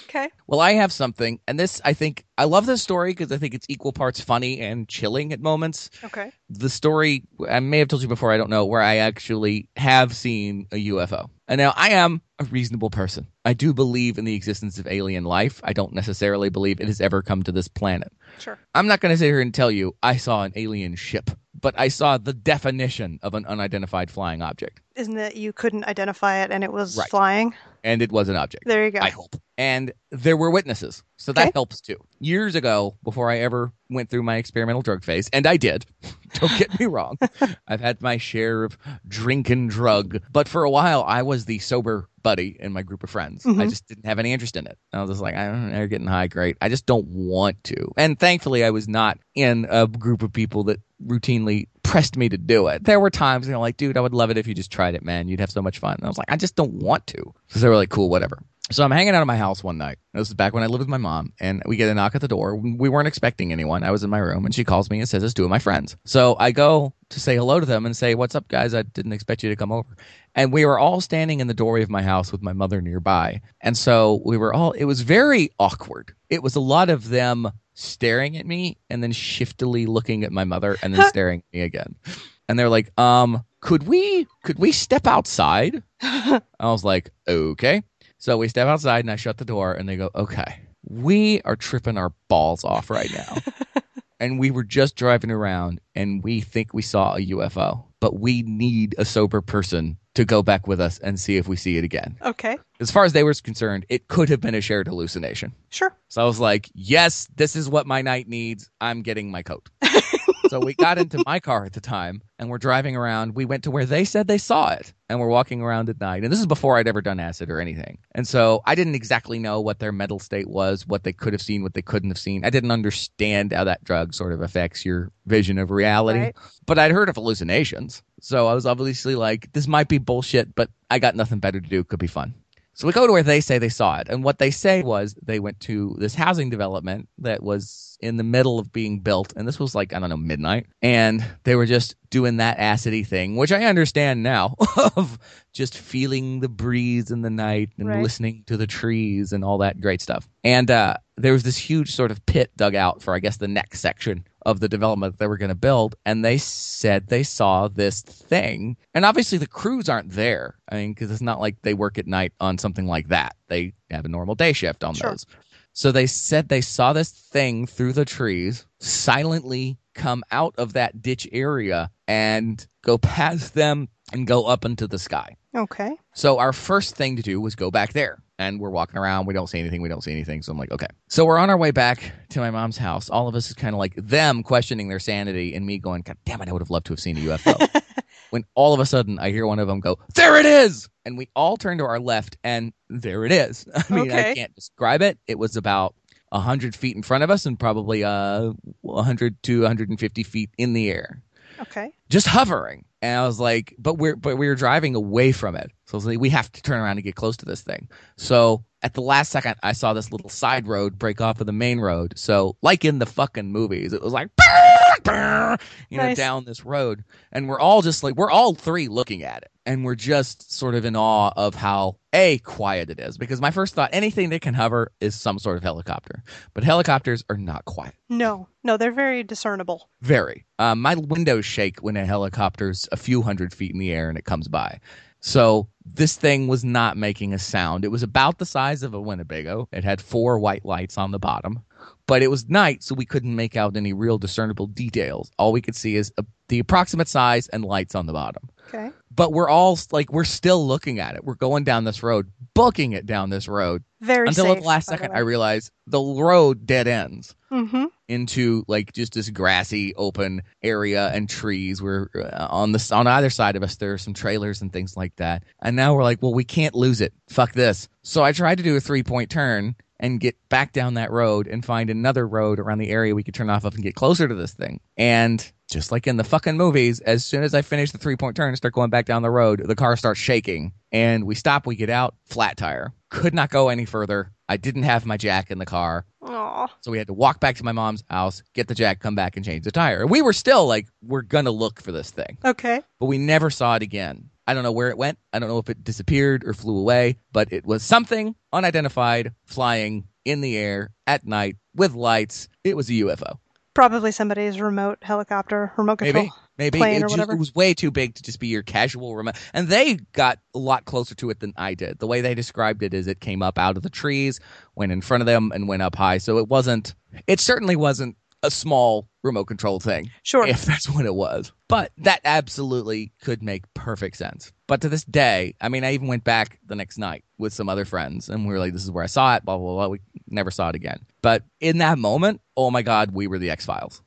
[SPEAKER 7] Okay.
[SPEAKER 6] Well, I have something, and this I think I love this story because I think it's equal parts funny and chilling at moments.
[SPEAKER 7] Okay.
[SPEAKER 6] The story I may have told you before, I don't know, where I actually have seen a UFO. And now I am a reasonable person. I do believe in the existence of alien life. I don't necessarily believe it has ever come to this planet.
[SPEAKER 7] Sure.
[SPEAKER 6] I'm not going to sit here and tell you I saw an alien ship, but I saw the definition of an unidentified flying object,
[SPEAKER 7] Isn't that you couldn't identify it and it was
[SPEAKER 6] Right.
[SPEAKER 7] flying?
[SPEAKER 6] and it was an object.
[SPEAKER 7] There you go.
[SPEAKER 6] I hope. And there were witnesses. So that
[SPEAKER 7] Okay.
[SPEAKER 6] helps too. Years ago, before I ever went through my experimental drug phase, and I did, don't get me wrong, I've had my share of drink and drug. But for a while, I was the sober buddy in my group of friends. I
[SPEAKER 7] Mhm.
[SPEAKER 6] just didn't have any interest in it. I was just like, I don't know, you're getting high, great. I just don't want to. And thankfully, I was not in a group of people that routinely pressed me to do it. There were times they were like, dude, I would love it if you just tried it, man. You'd have so much fun. And I was like, I just don't want to. So they were like, cool, whatever. So I'm hanging out at my house one night. This is back when I lived with my mom, and we get a knock at the door. We weren't expecting anyone. I was in my room, and she calls me and says it's two of my friends. So I go to say hello to them and say, "What's up, guys? I didn't expect you to come over." And we were all standing in the doorway of my house with my mother nearby, and so we were all. It was very awkward. It was a lot of them staring at me and then shiftily looking at my mother and then staring at me again. And they're like, "Um, could we could we step outside?" I was like, "Okay." So we step outside and I shut the door and they go, okay, we are tripping our balls off right now. and we were just driving around and we think we saw a UFO, but we need a sober person to go back with us and see if we see it again.
[SPEAKER 7] okay.
[SPEAKER 6] As far as they were concerned, it could have been a shared hallucination.
[SPEAKER 7] Sure.
[SPEAKER 6] So I was like, yes, this is what my night needs. I'm getting my coat. so we got into my car at the time and we're driving around. We went to where they said they saw it and we're walking around at night. And this is before I'd ever done acid or anything. And so I didn't exactly know what their mental state was, what they could have seen, what they couldn't have seen. I didn't understand how that drug sort of affects your vision of reality.
[SPEAKER 7] Right.
[SPEAKER 6] But I'd heard of hallucinations. So I was obviously like, this might be bullshit, but I got nothing better to do. Could be fun. So we go to where they say they saw it. And what they say was they went to this housing development that was in the middle of being built. And this was like, I don't know, midnight. And they were just doing that acidy thing, which I understand now of just feeling the breeze in the night and
[SPEAKER 7] Right.
[SPEAKER 6] listening to the trees and all that great stuff. And uh, there was this huge sort of pit dug out for, I guess, the next section of the development that they were going to build. And they said they saw this thing. And obviously, the crews aren't there. I mean, because it's not like they work at night on something like that, they have a normal day shift on
[SPEAKER 7] Sure.
[SPEAKER 6] those. So they said they saw this thing through the trees silently come out of that ditch area and go past them and go up into the sky.
[SPEAKER 7] Okay.
[SPEAKER 6] So our first thing to do was go back there. And we're walking around. We don't see anything. We don't see anything. So I'm like, okay. So we're on our way back to my mom's house. All of us is kind of like them questioning their sanity and me going, God damn it, I would have loved to have seen a UFO. when all of a sudden I hear one of them go, there it is. And we all turn to our left and there it is. I mean, I
[SPEAKER 7] Okay.
[SPEAKER 6] can't describe it. It was about 100 feet in front of us and probably uh, 100 to 150 feet in the air
[SPEAKER 7] Okay.
[SPEAKER 6] just hovering. And I was like, but we're but we were driving away from it. So I was like, we have to turn around and get close to this thing. So at the last second, I saw this little side road break off of the main road. So like in the fucking movies, it was like, you know,
[SPEAKER 7] Nice.
[SPEAKER 6] down this road, and we're all just like, we're all three looking at it, and we're just sort of in awe of how a quiet it is. Because my first thought, anything that can hover is some sort of helicopter, but helicopters are not quiet.
[SPEAKER 7] No. No, they're very discernible.
[SPEAKER 6] Very. Uh, my windows shake when a helicopter's a few hundred feet in the air and it comes by. So this thing was not making a sound. It was about the size of a Winnebago. It had four white lights on the bottom, but it was night, so we couldn't make out any real discernible details. All we could see is uh, the approximate size and lights on the bottom
[SPEAKER 7] Okay.
[SPEAKER 6] but we're all like we're still looking at it. We're going down this road, booking it down this road
[SPEAKER 7] Very
[SPEAKER 6] until
[SPEAKER 7] safe,
[SPEAKER 6] at the last
[SPEAKER 7] by the
[SPEAKER 6] second
[SPEAKER 7] way.
[SPEAKER 6] I realize the road dead ends
[SPEAKER 7] Mm-hmm.
[SPEAKER 6] into like just this grassy open area and trees where uh, on this on either side of us there are some trailers and things like that and now we're like well we can't lose it fuck this so i tried to do a three point turn and get back down that road and find another road around the area we could turn off of and get closer to this thing and just like in the fucking movies as soon as i finish the three point turn and start going back down the road the car starts shaking and we stop we get out flat tire could not go any further i didn't have my jack in the car
[SPEAKER 7] Aw.
[SPEAKER 6] So we had to walk back to my mom's house, get the jack, come back and change the tire. And we were still like, we're gonna look for this thing.
[SPEAKER 7] Okay.
[SPEAKER 6] But we never saw it again. I don't know where it went. I don't know if it disappeared or flew away, but it was something unidentified flying in the air at night with lights. It was a UFO.
[SPEAKER 7] Probably somebody's remote helicopter, remote control.
[SPEAKER 6] Maybe. Maybe
[SPEAKER 7] plane
[SPEAKER 6] it,
[SPEAKER 7] or
[SPEAKER 6] ju-
[SPEAKER 7] whatever.
[SPEAKER 6] it was way too big to just be your casual remote. And they got a lot closer to it than I did. The way they described it is it came up out of the trees, went in front of them, and went up high. So it wasn't, it certainly wasn't a small remote control thing,
[SPEAKER 7] Sure.
[SPEAKER 6] if that's what it was. But that absolutely could make perfect sense. But to this day, I mean, I even went back the next night with some other friends and we were like, this is where I saw it, blah, blah, blah. We never saw it again. But in that moment, oh my God, we were the X Files.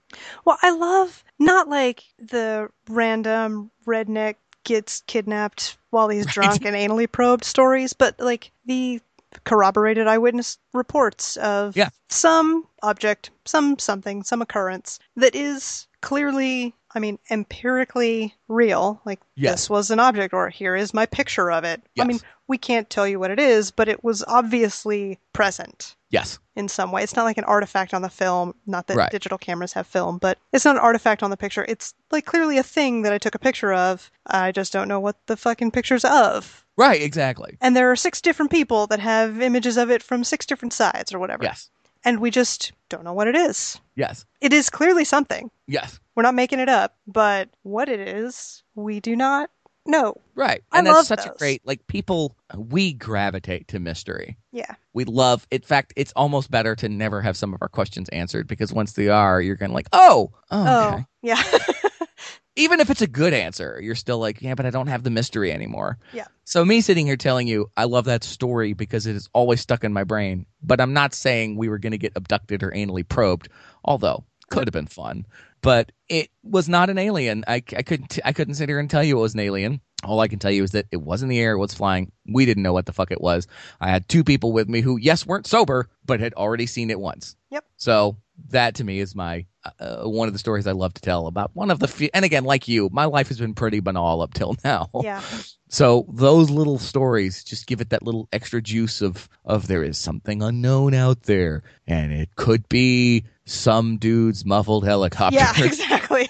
[SPEAKER 7] Well, I love not like the random redneck gets kidnapped while he's drunk and anally probed stories, but like the corroborated eyewitness reports of
[SPEAKER 6] Yeah.
[SPEAKER 7] some object, some something, some occurrence that is clearly, I mean, empirically real. Like,
[SPEAKER 6] Yes.
[SPEAKER 7] this was an object, or here is my picture of it. I
[SPEAKER 6] Yes.
[SPEAKER 7] mean, we can't tell you what it is, but it was obviously present
[SPEAKER 6] Yes.
[SPEAKER 7] in some way. It's not like an artifact on the film. Not that
[SPEAKER 6] Right.
[SPEAKER 7] digital cameras have film, but it's not an artifact on the picture. It's like clearly a thing that I took a picture of. I just don't know what the fucking picture's of.
[SPEAKER 6] Right, exactly.
[SPEAKER 7] And there are six different people that have images of it from six different sides or whatever.
[SPEAKER 6] Yes.
[SPEAKER 7] And we just don't know what it is.
[SPEAKER 6] Yes.
[SPEAKER 7] It is clearly something.
[SPEAKER 6] Yes.
[SPEAKER 7] We're not making it up, but what it is, we do not know.
[SPEAKER 6] Right.
[SPEAKER 7] I
[SPEAKER 6] And that's
[SPEAKER 7] love
[SPEAKER 6] such a
[SPEAKER 7] those.
[SPEAKER 6] great like people we gravitate to mystery.
[SPEAKER 7] Yeah.
[SPEAKER 6] We love in fact it's almost better to never have some of our questions answered because once they are you're gonna like, oh, oh okay.
[SPEAKER 7] Oh, yeah.
[SPEAKER 6] Even if it's a good answer, you're still like, Yeah, but I don't have the mystery anymore.
[SPEAKER 7] Yeah.
[SPEAKER 6] So me sitting here telling you I love that story because it is always stuck in my brain, but I'm not saying we were gonna get abducted or anally probed, although could have been fun. But it was not an alien. I, I couldn't t- I couldn't sit here and tell you it was an alien. All I can tell you is that it was in the air, it was flying. We didn't know what the fuck it was. I had two people with me who, yes, weren't sober, but had already seen it once.
[SPEAKER 7] Yep.
[SPEAKER 6] So that to me is my uh, one of the stories I love to tell about one of the few. And again, like you, my life has been pretty banal up till now.
[SPEAKER 7] yeah.
[SPEAKER 6] So those little stories just give it that little extra juice of of there is something unknown out there, and it could be some dude's muffled helicopter.
[SPEAKER 7] Yeah, exactly.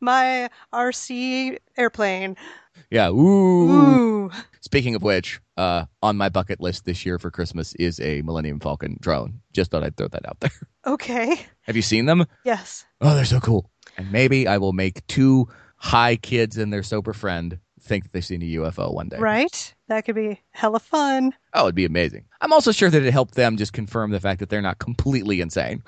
[SPEAKER 7] My RC airplane.
[SPEAKER 6] Yeah, Ooh.
[SPEAKER 7] Ooh.
[SPEAKER 6] Speaking of which, uh, on my bucket list this year for Christmas is a Millennium Falcon drone. Just thought I'd throw that out there.
[SPEAKER 7] Okay.
[SPEAKER 6] Have you seen them?
[SPEAKER 7] Yes.
[SPEAKER 6] Oh, they're so cool. And maybe I will make two high kids and their sober friend think that they've seen a UFO one day.
[SPEAKER 7] Right? That could be hella fun.
[SPEAKER 6] Oh, it'd be amazing. I'm also sure that it helped them just confirm the fact that they're not completely insane.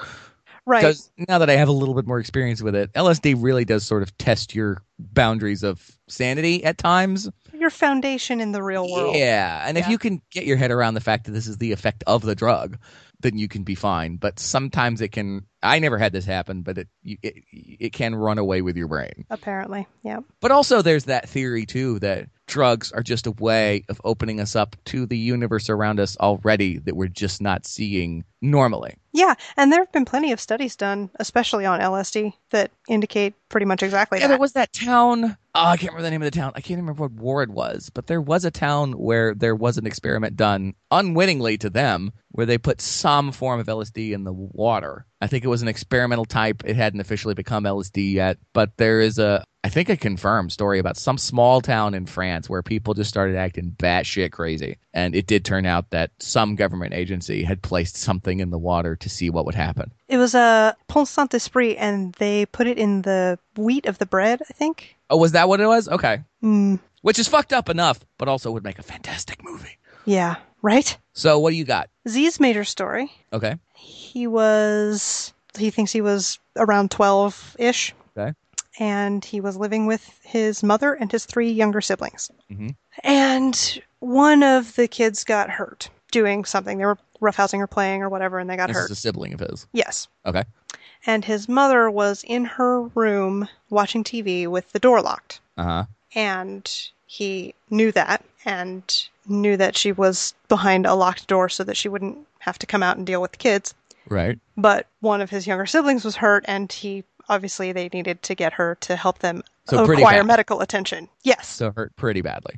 [SPEAKER 7] Right.
[SPEAKER 6] Because now that I have a little bit more experience with it, LSD really does sort of test your boundaries of sanity at times.
[SPEAKER 7] Your foundation in the real world.
[SPEAKER 6] Yeah. And if
[SPEAKER 7] Yeah.
[SPEAKER 6] you can get your head around the fact that this is the effect of the drug, then you can be fine. But sometimes it can, I never had this happen, but it, you- it, it can run away with your brain.
[SPEAKER 7] Apparently. Yeah.
[SPEAKER 6] But also, there's that theory too that drugs are just a way of opening us up to the universe around us already that we're just not seeing normally.
[SPEAKER 7] Yeah. And there have been plenty of studies done, especially on LSD, that indicate pretty much exactly
[SPEAKER 6] Yeah, there
[SPEAKER 7] that.
[SPEAKER 6] was that town. Oh, I can't remember the name of the town. I can't remember what war it was, but there was a town where there was an experiment done unwittingly to them where they put some form of LSD in the water. I think it was an experimental type. It hadn't officially become LSD yet, but there is a, I think, a confirmed story about some small town in France where people just started acting batshit crazy. And it did turn out that some government agency had placed something in the water to see what would happen.
[SPEAKER 7] it was a Pont Saint Esprit, and they put it in the wheat of the bread, I think.
[SPEAKER 6] Oh, was that what it was? Okay.
[SPEAKER 7] Mm,
[SPEAKER 6] which is fucked up enough, but also would make a fantastic movie.
[SPEAKER 7] yeah. Right?
[SPEAKER 6] So, what do you got?
[SPEAKER 7] Z's major story.
[SPEAKER 6] Okay.
[SPEAKER 7] He was, he thinks he was around 12 ish.
[SPEAKER 6] Okay.
[SPEAKER 7] And he was living with his mother and his three younger siblings.
[SPEAKER 6] Mhm.
[SPEAKER 7] And one of the kids got hurt doing something. They were roughhousing or playing or whatever, and they got
[SPEAKER 6] this
[SPEAKER 7] hurt.
[SPEAKER 6] is a sibling of his.
[SPEAKER 7] Yes.
[SPEAKER 6] Okay.
[SPEAKER 7] And his mother was in her room watching TV with the door locked.
[SPEAKER 6] Uh huh.
[SPEAKER 7] And he knew that and knew that she was behind a locked door so that she wouldn't have to come out and deal with the kids
[SPEAKER 6] Right.
[SPEAKER 7] but one of his younger siblings was hurt and he obviously they needed to get her to help them
[SPEAKER 6] So pretty
[SPEAKER 7] acquire
[SPEAKER 6] bad.
[SPEAKER 7] medical attention yes so,
[SPEAKER 6] So hurt pretty badly.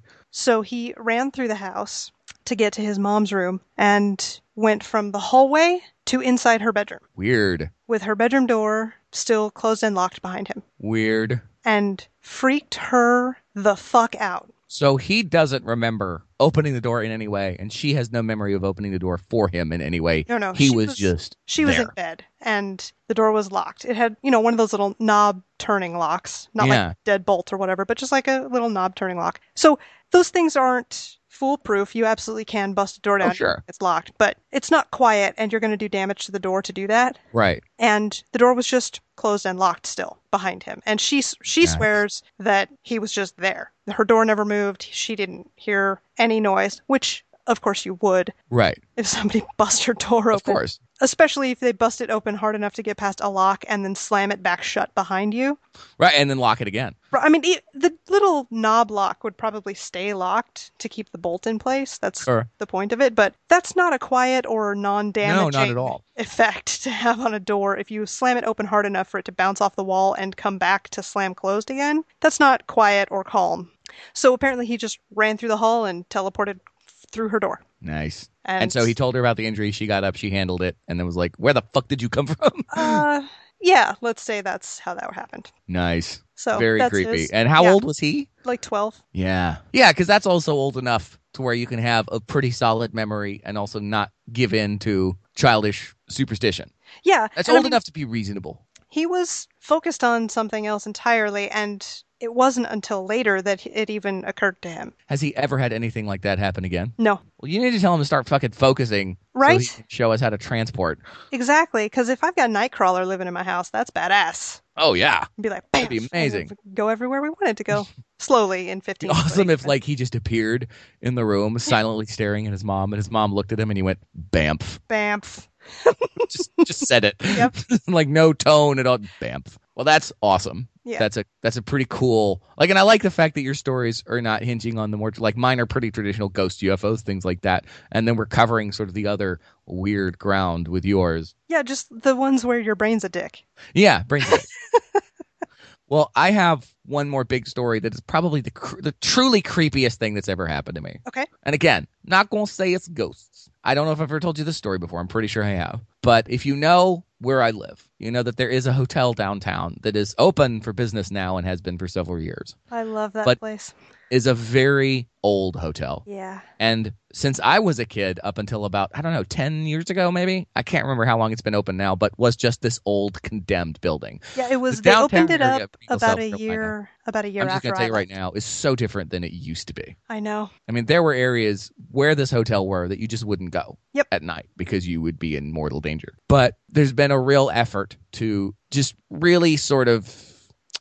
[SPEAKER 7] he ran through the house to get to his mom's room and went from the hallway to inside her bedroom
[SPEAKER 6] Weird.
[SPEAKER 7] with her bedroom door still closed and locked behind him
[SPEAKER 6] Weird.
[SPEAKER 7] and freaked her the fuck out.
[SPEAKER 6] So he doesn't remember opening the door in any way, and she has no memory of opening the door for him in any way.
[SPEAKER 7] No, no,
[SPEAKER 6] He
[SPEAKER 7] she
[SPEAKER 6] was,
[SPEAKER 7] was-
[SPEAKER 6] just
[SPEAKER 7] She was in
[SPEAKER 6] there.
[SPEAKER 7] bed and the door was locked. It had, you know, one of those little knob turning locks, not
[SPEAKER 6] Yeah.
[SPEAKER 7] like deadbolt or whatever, but just like a little knob turning lock. So those things aren't foolproof. You absolutely can bust a door down.
[SPEAKER 6] Oh, sure.
[SPEAKER 7] It's locked, but it's not quiet and you're going to do damage to the door to do that.
[SPEAKER 6] Right.
[SPEAKER 7] And the door was just closed and locked still behind him. And she s- she
[SPEAKER 6] Nice.
[SPEAKER 7] swears that he was just there. Her door never moved. She didn't hear any noise, which of course you would
[SPEAKER 6] Right.
[SPEAKER 7] if somebody bust her door open
[SPEAKER 6] Of course.
[SPEAKER 7] especially if they bust it open hard enough to get past a lock and then slam it back shut behind you.
[SPEAKER 6] Right. And then lock it again.
[SPEAKER 7] Bro, I mean, e the little knob lock would probably stay locked to keep the bolt in place. That's
[SPEAKER 6] Sure.
[SPEAKER 7] the point of it. But that's not a quiet or non-damaging
[SPEAKER 6] No, not at all.
[SPEAKER 7] effect to have on a door. If you slam it open hard enough for it to bounce off the wall and come back to slam closed again, that's not quiet or calm. So apparently, he just ran through the hall and teleported through her door.
[SPEAKER 6] Nice. And so he told her about the injury. She got up, she handled it, and then was like, Where the fuck did you come from?
[SPEAKER 7] uh, yeah, let's say that's how that happened.
[SPEAKER 6] nice.
[SPEAKER 7] So
[SPEAKER 6] Very
[SPEAKER 7] that's
[SPEAKER 6] creepy.
[SPEAKER 7] his-
[SPEAKER 6] and how
[SPEAKER 7] yeah,
[SPEAKER 6] old was he?
[SPEAKER 7] Like twelve.
[SPEAKER 6] Yeah. Yeah, because that's also old enough to where you can have a pretty solid memory and also not give in to childish superstition.
[SPEAKER 7] Yeah,
[SPEAKER 6] That's
[SPEAKER 7] and I
[SPEAKER 6] old
[SPEAKER 7] mean,
[SPEAKER 6] enough to be reasonable.
[SPEAKER 7] He was focused on something else entirely, and it wasn't until later that it even occurred to him.
[SPEAKER 6] Has he ever had anything like that happen again?
[SPEAKER 7] No,
[SPEAKER 6] Well, you need to tell him to start fucking focusing. so
[SPEAKER 7] Right?
[SPEAKER 6] he can show us how to transport.
[SPEAKER 7] exactly. Because if I've got Nightcrawler living in my house, that's badass.
[SPEAKER 6] Oh, yeah.
[SPEAKER 7] I'd be like, bam,
[SPEAKER 6] That'd be
[SPEAKER 7] and
[SPEAKER 6] amazing.
[SPEAKER 7] it'd Go everywhere we wanted to go slowly in
[SPEAKER 6] It'd
[SPEAKER 7] fifteen.
[SPEAKER 6] be awesome if
[SPEAKER 7] minutes.
[SPEAKER 6] like he just appeared in the room silently staring at his mom and his mom looked at him and he went bamf
[SPEAKER 7] Bamf.
[SPEAKER 6] just just said it.
[SPEAKER 7] Yep.
[SPEAKER 6] like no tone at all. Bamf. Well, that's awesome.
[SPEAKER 7] Yeah.
[SPEAKER 6] That's a that's a pretty cool like, and I like the fact that your stories are not hinging on the more like mine are pretty traditional ghost UFOs things like that, and then we're covering sort of the other weird ground with yours.
[SPEAKER 7] Yeah, just the ones where your brain's a dick.
[SPEAKER 6] Yeah, bring it. well, I have one more big story that is probably the cr- the truly creepiest thing that's ever happened to me.
[SPEAKER 7] Okay.
[SPEAKER 6] And again, not going to say it's ghosts. I don't know if I've ever told you this story before. I'm pretty sure I have. But if you know where I live, you know that there is a hotel downtown that is open for business now and has been for several years.
[SPEAKER 7] I love that
[SPEAKER 6] But-
[SPEAKER 7] place.
[SPEAKER 6] Is a very old hotel.
[SPEAKER 7] Yeah.
[SPEAKER 6] And since I was a kid up until about, I don't know, 10 years ago maybe, I can't remember how long it's been open now, but was just this old condemned building.
[SPEAKER 7] Yeah, it was. They
[SPEAKER 6] downtown
[SPEAKER 7] opened it
[SPEAKER 6] area
[SPEAKER 7] up
[SPEAKER 6] of Eagle,
[SPEAKER 7] about
[SPEAKER 6] South
[SPEAKER 7] a
[SPEAKER 6] Carolina.
[SPEAKER 7] year. About a year
[SPEAKER 6] I'm just
[SPEAKER 7] after
[SPEAKER 6] going to tell you
[SPEAKER 7] I
[SPEAKER 6] right
[SPEAKER 7] left.
[SPEAKER 6] now, is so different than it used to be.
[SPEAKER 7] I know.
[SPEAKER 6] I mean, there were areas where this hotel were that you just wouldn't go
[SPEAKER 7] Yep.
[SPEAKER 6] at night because you would be in mortal danger. But there's been a real effort to just really sort of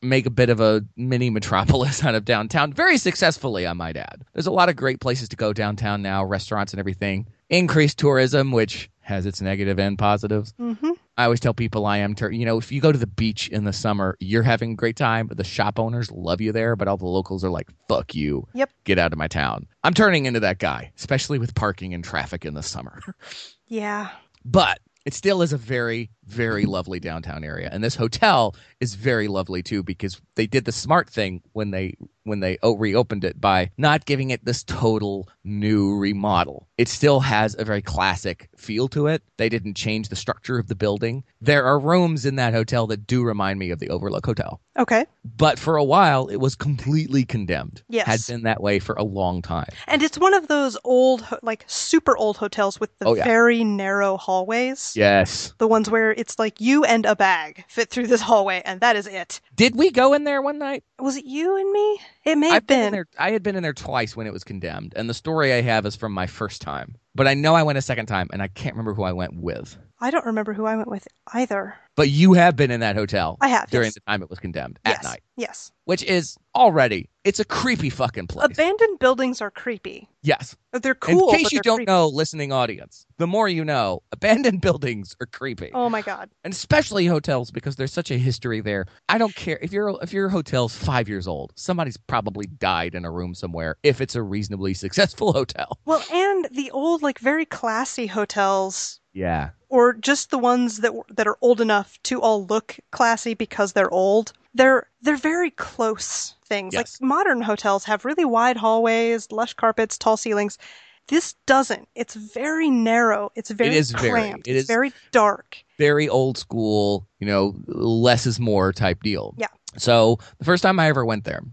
[SPEAKER 6] make a bit of a mini metropolis out of downtown very successfully, I might add. There's a lot of great places to go downtown now, restaurants and everything. Increased tourism, which has its negative and positives.
[SPEAKER 7] Mm-hmm.
[SPEAKER 6] I always tell people I am, tur you know, if you go to the beach in the summer, you're having a great time. The shop owners love you there, but all the locals are like, fuck you.
[SPEAKER 7] Yep.
[SPEAKER 6] Get out of my town. I'm turning into that guy, especially with parking and traffic in the summer.
[SPEAKER 7] Yeah.
[SPEAKER 6] but it still is a very, very lovely downtown area. And this hotel is very lovely too because they did the smart thing when they when they o- reopened it by not giving it this total new remodel. It still has a very classic feel to it. They didn't change the structure of the building. There are rooms in that hotel that do remind me of the Overlook Hotel.
[SPEAKER 7] Okay.
[SPEAKER 6] But for a while it was completely condemned.
[SPEAKER 7] Yes.
[SPEAKER 6] Had been that way for a long time.
[SPEAKER 7] And it's one of those old, ho- like super old hotels with the
[SPEAKER 6] Oh, yeah.
[SPEAKER 7] very narrow hallways.
[SPEAKER 6] Yes.
[SPEAKER 7] The ones where it's like you and a bag fit through this hallway, and that is it.
[SPEAKER 6] Did we go in there one night?
[SPEAKER 7] Was it you and me? It may have
[SPEAKER 6] I've been.
[SPEAKER 7] been.
[SPEAKER 6] in there. I had been in there twice when it was condemned, and the story I have is from my first time. But I know I went a second time, and I can't remember who I went with.
[SPEAKER 7] I don't remember who I went with either.
[SPEAKER 6] But you have been in that hotel
[SPEAKER 7] I have.
[SPEAKER 6] during
[SPEAKER 7] yes.
[SPEAKER 6] the time it was condemned
[SPEAKER 7] yes.
[SPEAKER 6] at night,
[SPEAKER 7] Yes.
[SPEAKER 6] which is already it's a creepy fucking place.
[SPEAKER 7] Abandoned buildings are creepy.
[SPEAKER 6] yes.
[SPEAKER 7] They're cool.
[SPEAKER 6] In
[SPEAKER 7] but
[SPEAKER 6] case you
[SPEAKER 7] they're
[SPEAKER 6] don't
[SPEAKER 7] creepy.
[SPEAKER 6] know, listening audience, the more you know, abandoned buildings are creepy.
[SPEAKER 7] Oh my god.
[SPEAKER 6] and especially hotels because there's such a history there. I don't care if your if your hotel's five years old, somebody's probably died in a room somewhere. If it's a reasonably successful hotel,
[SPEAKER 7] Well, and the old, like very classy hotels.
[SPEAKER 6] yeah,
[SPEAKER 7] Or just the ones that were- that are old enough to all look classy because they're old. They're they're very close things.
[SPEAKER 6] Yes.
[SPEAKER 7] Like modern hotels have really wide hallways, lush carpets, tall ceilings. This doesn't. It's very narrow. It's very
[SPEAKER 6] is very-
[SPEAKER 7] cramped.
[SPEAKER 6] it
[SPEAKER 7] it's
[SPEAKER 6] is-
[SPEAKER 7] very dark.
[SPEAKER 6] very old school, you know, less is more type deal.
[SPEAKER 7] Yeah.
[SPEAKER 6] So the first time I ever went there,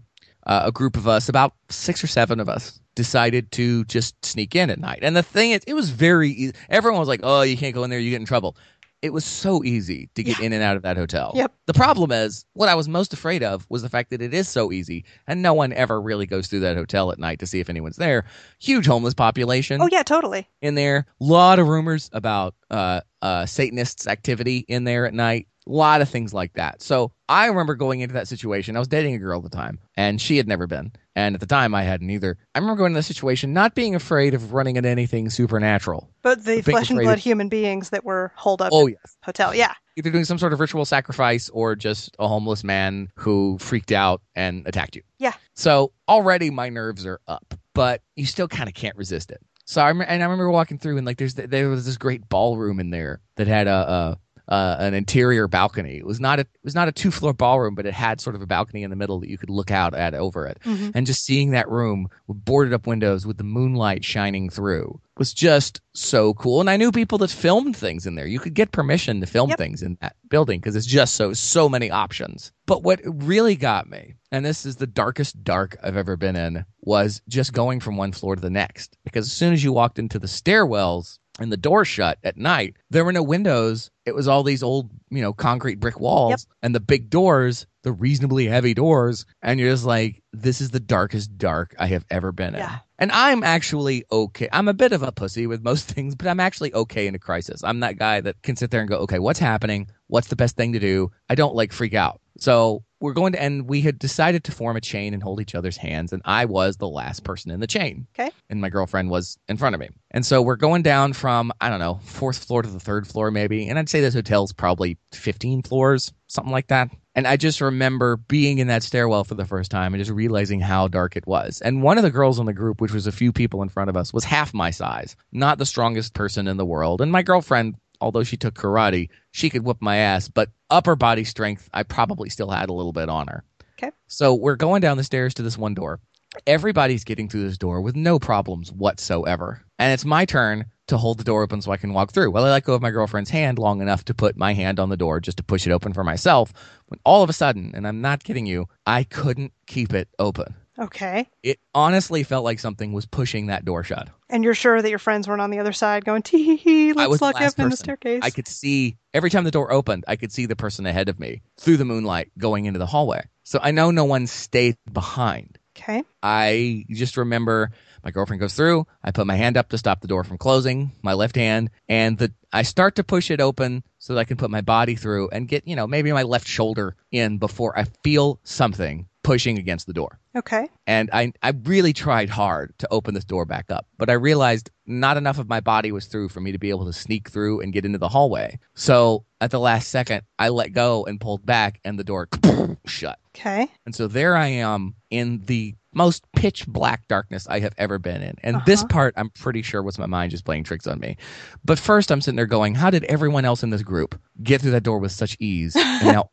[SPEAKER 6] uh, a group of us, about six or seven of us, decided to just sneak in at night. And the thing is, it was very easy. Everyone was like, oh, you can't go in there, you get in trouble. It was so easy to get in and out of that hotel.
[SPEAKER 7] Yep.
[SPEAKER 6] The problem is, what I was most afraid of was the fact that it is so easy, and no one ever really goes through that hotel at night to see if anyone's there. Huge homeless population
[SPEAKER 7] Oh yeah, totally.
[SPEAKER 6] in there. A lot of rumors about uh, uh, Satanists' activity in there at night. A lot of things like that. So I remember going into that situation. I was dating a girl at the time, and she had never been. And at the time, I hadn't either. I remember going into that situation not being afraid of running into anything supernatural.
[SPEAKER 7] But the
[SPEAKER 6] Big
[SPEAKER 7] flesh and
[SPEAKER 6] afraid
[SPEAKER 7] blood
[SPEAKER 6] of-
[SPEAKER 7] human beings that were holed up
[SPEAKER 6] Oh,
[SPEAKER 7] in
[SPEAKER 6] yes.
[SPEAKER 7] the hotel. Yeah.
[SPEAKER 6] Either doing some sort of ritual sacrifice or just a homeless man who freaked out and attacked you.
[SPEAKER 7] Yeah.
[SPEAKER 6] So already my nerves are up, but you still kind of can't resist it. So I rem- and I remember walking through and like there's th- there was this great ballroom in there that had a, a uh, an interior balcony. It was not a it was not a two floor ballroom, but it had sort of a balcony in the middle that you could look out at over it.
[SPEAKER 7] Mhm.
[SPEAKER 6] And just seeing that room with boarded up windows with the moonlight shining through was just so cool. And I knew people that filmed things in there. You could get permission to film
[SPEAKER 7] Yep.
[SPEAKER 6] things in that building because it's just so so many options. But what really got me, and this is the darkest dark I've ever been in, was just going from one floor to the next. Because as soon as you walked into the stairwells and the door shut at night, there were no windows. It was all these old, you know, concrete brick walls
[SPEAKER 7] Yep.
[SPEAKER 6] and the big doors, the reasonably heavy doors, and you're just like, this is the darkest dark I have ever been in.
[SPEAKER 7] Yeah.
[SPEAKER 6] And I'm actually okay. I'm a bit of a pussy with most things, but I'm actually okay in a crisis. I'm that guy that can sit there and go, okay, what's happening? What's the best thing to do? I don't like freak out. So we're going to, and we had decided to form a chain and hold each other's hands. And I was the last person in the chain.
[SPEAKER 7] Okay.
[SPEAKER 6] And my girlfriend was in front of me. And so we're going down from, I don't know, fourth floor to the third floor, maybe. And I'd say this hotel's probably 15 floors, something like that. And I just remember being in that stairwell for the first time and just realizing how dark it was. And one of the girls in the group, which was a few people in front of us, was half my size, not the strongest person in the world. And my girlfriend, although she took karate, she could whoop my ass, but upper body strength, I probably still had a little bit on her.
[SPEAKER 7] Okay.
[SPEAKER 6] So we're going down the stairs to this one door. Everybody's getting through this door with no problems whatsoever. And it's my turn to hold the door open so I can walk through. Well, I let go of my girlfriend's hand long enough to put my hand on the door just to push it open for myself. When all of a sudden, and I'm not kidding you, I couldn't keep it open.
[SPEAKER 7] Okay.
[SPEAKER 6] It honestly felt like something was pushing that door shut.
[SPEAKER 7] And you're sure that your friends weren't on the other side going, tee hee hee,
[SPEAKER 6] I
[SPEAKER 7] let's
[SPEAKER 6] was the
[SPEAKER 7] lock
[SPEAKER 6] last
[SPEAKER 7] up in the
[SPEAKER 6] person.
[SPEAKER 7] staircase.
[SPEAKER 6] I could see every time the door opened, I could see the person ahead of me through the moonlight going into the hallway. So I know no one stayed behind.
[SPEAKER 7] Okay.
[SPEAKER 6] I just remember my girlfriend goes through. I put my hand up to stop the door from closing, my left hand, and the I start to push it open so that I can put my body through and get, you know, maybe my left shoulder in before I feel something pushing against the door.
[SPEAKER 7] Okay.
[SPEAKER 6] And I, I really tried hard to open this door back up, but I realized not enough of my body was through for me to be able to sneak through and get into the hallway. So at the last second, I let go and pulled back, and the door shut.
[SPEAKER 7] Okay.
[SPEAKER 6] And so there I am in the most pitch black darkness I have ever been in. And this
[SPEAKER 7] Uh-huh.
[SPEAKER 6] part, I'm pretty sure, was my mind just playing tricks on me. But first, I'm sitting there going, How did everyone else in this group get through that door with such ease? And now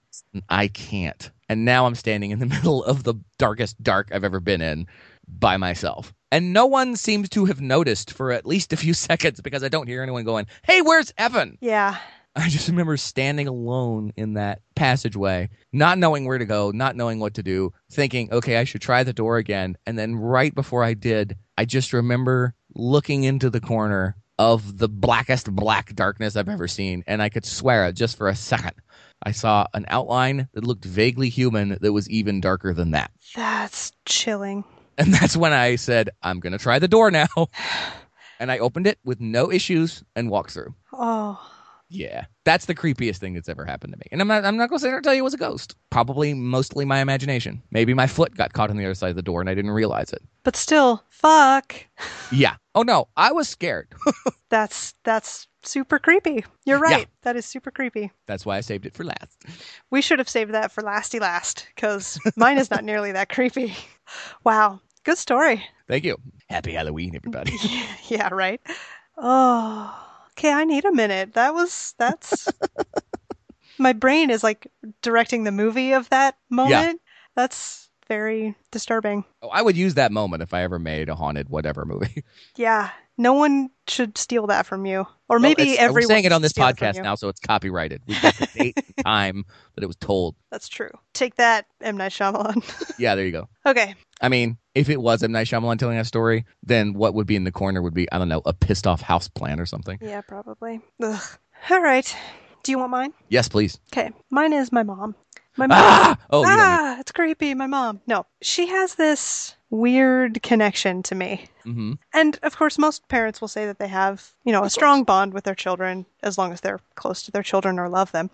[SPEAKER 6] I can't. And now I'm standing in the middle of the darkest dark I've ever been in by myself. And no one seems to have noticed for at least a few seconds because I don't hear anyone going, Hey, where's Evan?
[SPEAKER 7] Yeah.
[SPEAKER 6] I just remember standing alone in that passageway, not knowing where to go, not knowing what to do, thinking, okay, I should try the door again. And then right before I did, I just remember looking into the corner of the blackest black darkness I've ever seen. And I could swear it just for a second. I saw an outline that looked vaguely human that was even darker than that.
[SPEAKER 7] That's chilling.
[SPEAKER 6] And that's when I said, I'm going to try the door now. And I opened it with no issues and walked through.
[SPEAKER 7] Oh.
[SPEAKER 6] Yeah, that's the creepiest thing that's ever happened to me. And I'm not, I'm not going to sit here and tell you it was a ghost. Probably mostly my imagination. Maybe my foot got caught on the other side of the door and I didn't realize it.
[SPEAKER 7] But still, fuck.
[SPEAKER 6] Yeah. Oh no, I was scared.
[SPEAKER 7] That's that's super creepy. You're
[SPEAKER 6] Yeah.
[SPEAKER 7] right. That is super creepy.
[SPEAKER 6] that's why I saved it for last.
[SPEAKER 7] We should have saved that for lasty last because mine is not nearly that creepy. Wow. Good story.
[SPEAKER 6] Thank you. Happy Halloween, everybody.
[SPEAKER 7] yeah, right. Oh, okay. I need a minute. That was that's my brain is like directing the movie of that moment. That's very disturbing.
[SPEAKER 6] oh, I would use that moment if I ever made a haunted whatever movie.
[SPEAKER 7] Yeah, No one should steal that from you. Or
[SPEAKER 6] Well,
[SPEAKER 7] maybe
[SPEAKER 6] Oh, it's-
[SPEAKER 7] everyone.
[SPEAKER 6] We're saying it on
[SPEAKER 7] should
[SPEAKER 6] this
[SPEAKER 7] steal from
[SPEAKER 6] podcast
[SPEAKER 7] you.
[SPEAKER 6] now, so it's copyrighted. We've got the date and time that it was told.
[SPEAKER 7] That's true. Take that, M. Night Shyamalan.
[SPEAKER 6] Yeah, there you go.
[SPEAKER 7] okay.
[SPEAKER 6] I mean, if it was M. Night Shyamalan telling that story, then what would be in the corner would be, I don't know, a pissed off house plan or something.
[SPEAKER 7] Yeah, probably. Ugh. All right. Do you want mine?
[SPEAKER 6] Yes, please.
[SPEAKER 7] Okay. Mine is my mom. My mom.
[SPEAKER 6] Ah! Oh, you don't
[SPEAKER 7] ah, it's creepy. My mom. No, she has this weird connection to me.
[SPEAKER 6] need- Mhm.
[SPEAKER 7] And of course, most parents will say that they have, you know, a strong bond with their children as long as they're close to their children or love them.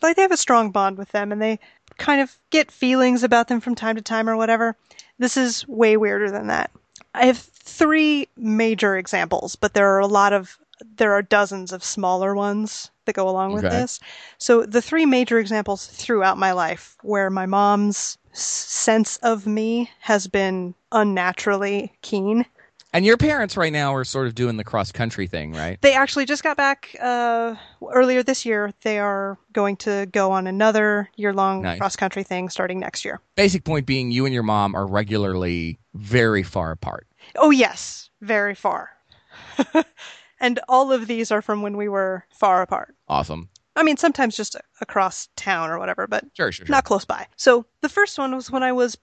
[SPEAKER 7] Like they have a strong bond with them and they kind of get feelings about them from time to time or whatever. This is way weirder than that. I have three major examples, but there are a lot of, there are dozens of smaller ones that go along with
[SPEAKER 6] Okay.
[SPEAKER 7] this. So the three major examples throughout my life where my mom's s- sense of me has been unnaturally keen
[SPEAKER 6] And your parents right now are sort of doing the cross country thing, right?
[SPEAKER 7] They actually just got back uh, earlier this year. They are going to go on another year long
[SPEAKER 6] Nice.
[SPEAKER 7] cross country thing starting next year.
[SPEAKER 6] Basic point being, you and your mom are regularly very far apart.
[SPEAKER 7] Oh, yes, very far. and all of these are from when we were far apart.
[SPEAKER 6] Awesome.
[SPEAKER 7] I mean, sometimes just across town or whatever, but
[SPEAKER 6] Sure, sure, sure.
[SPEAKER 7] not close by. So the first one was when I was,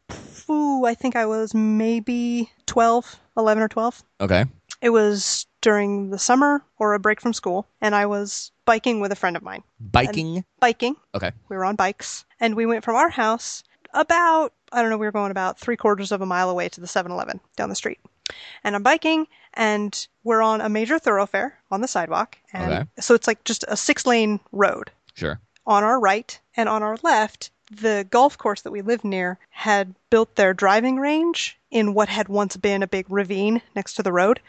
[SPEAKER 7] ooh, I think I was maybe 12, 11 or 12.
[SPEAKER 6] Okay.
[SPEAKER 7] It was during the summer or a break from school, and I was biking with a friend of mine.
[SPEAKER 6] Biking.
[SPEAKER 7] biking.
[SPEAKER 6] Okay.
[SPEAKER 7] We were on bikes and we went from our house about, I don't know, we were going about three quarters of a mile away to the 7 Eleven down the street. And I'm biking and we're on a major thoroughfare on the sidewalk. And
[SPEAKER 6] Okay.
[SPEAKER 7] so it's like just a six lane road.
[SPEAKER 6] Sure.
[SPEAKER 7] On our right and on our left, the golf course that we lived near had built their driving range in what had once been a big ravine next to the road.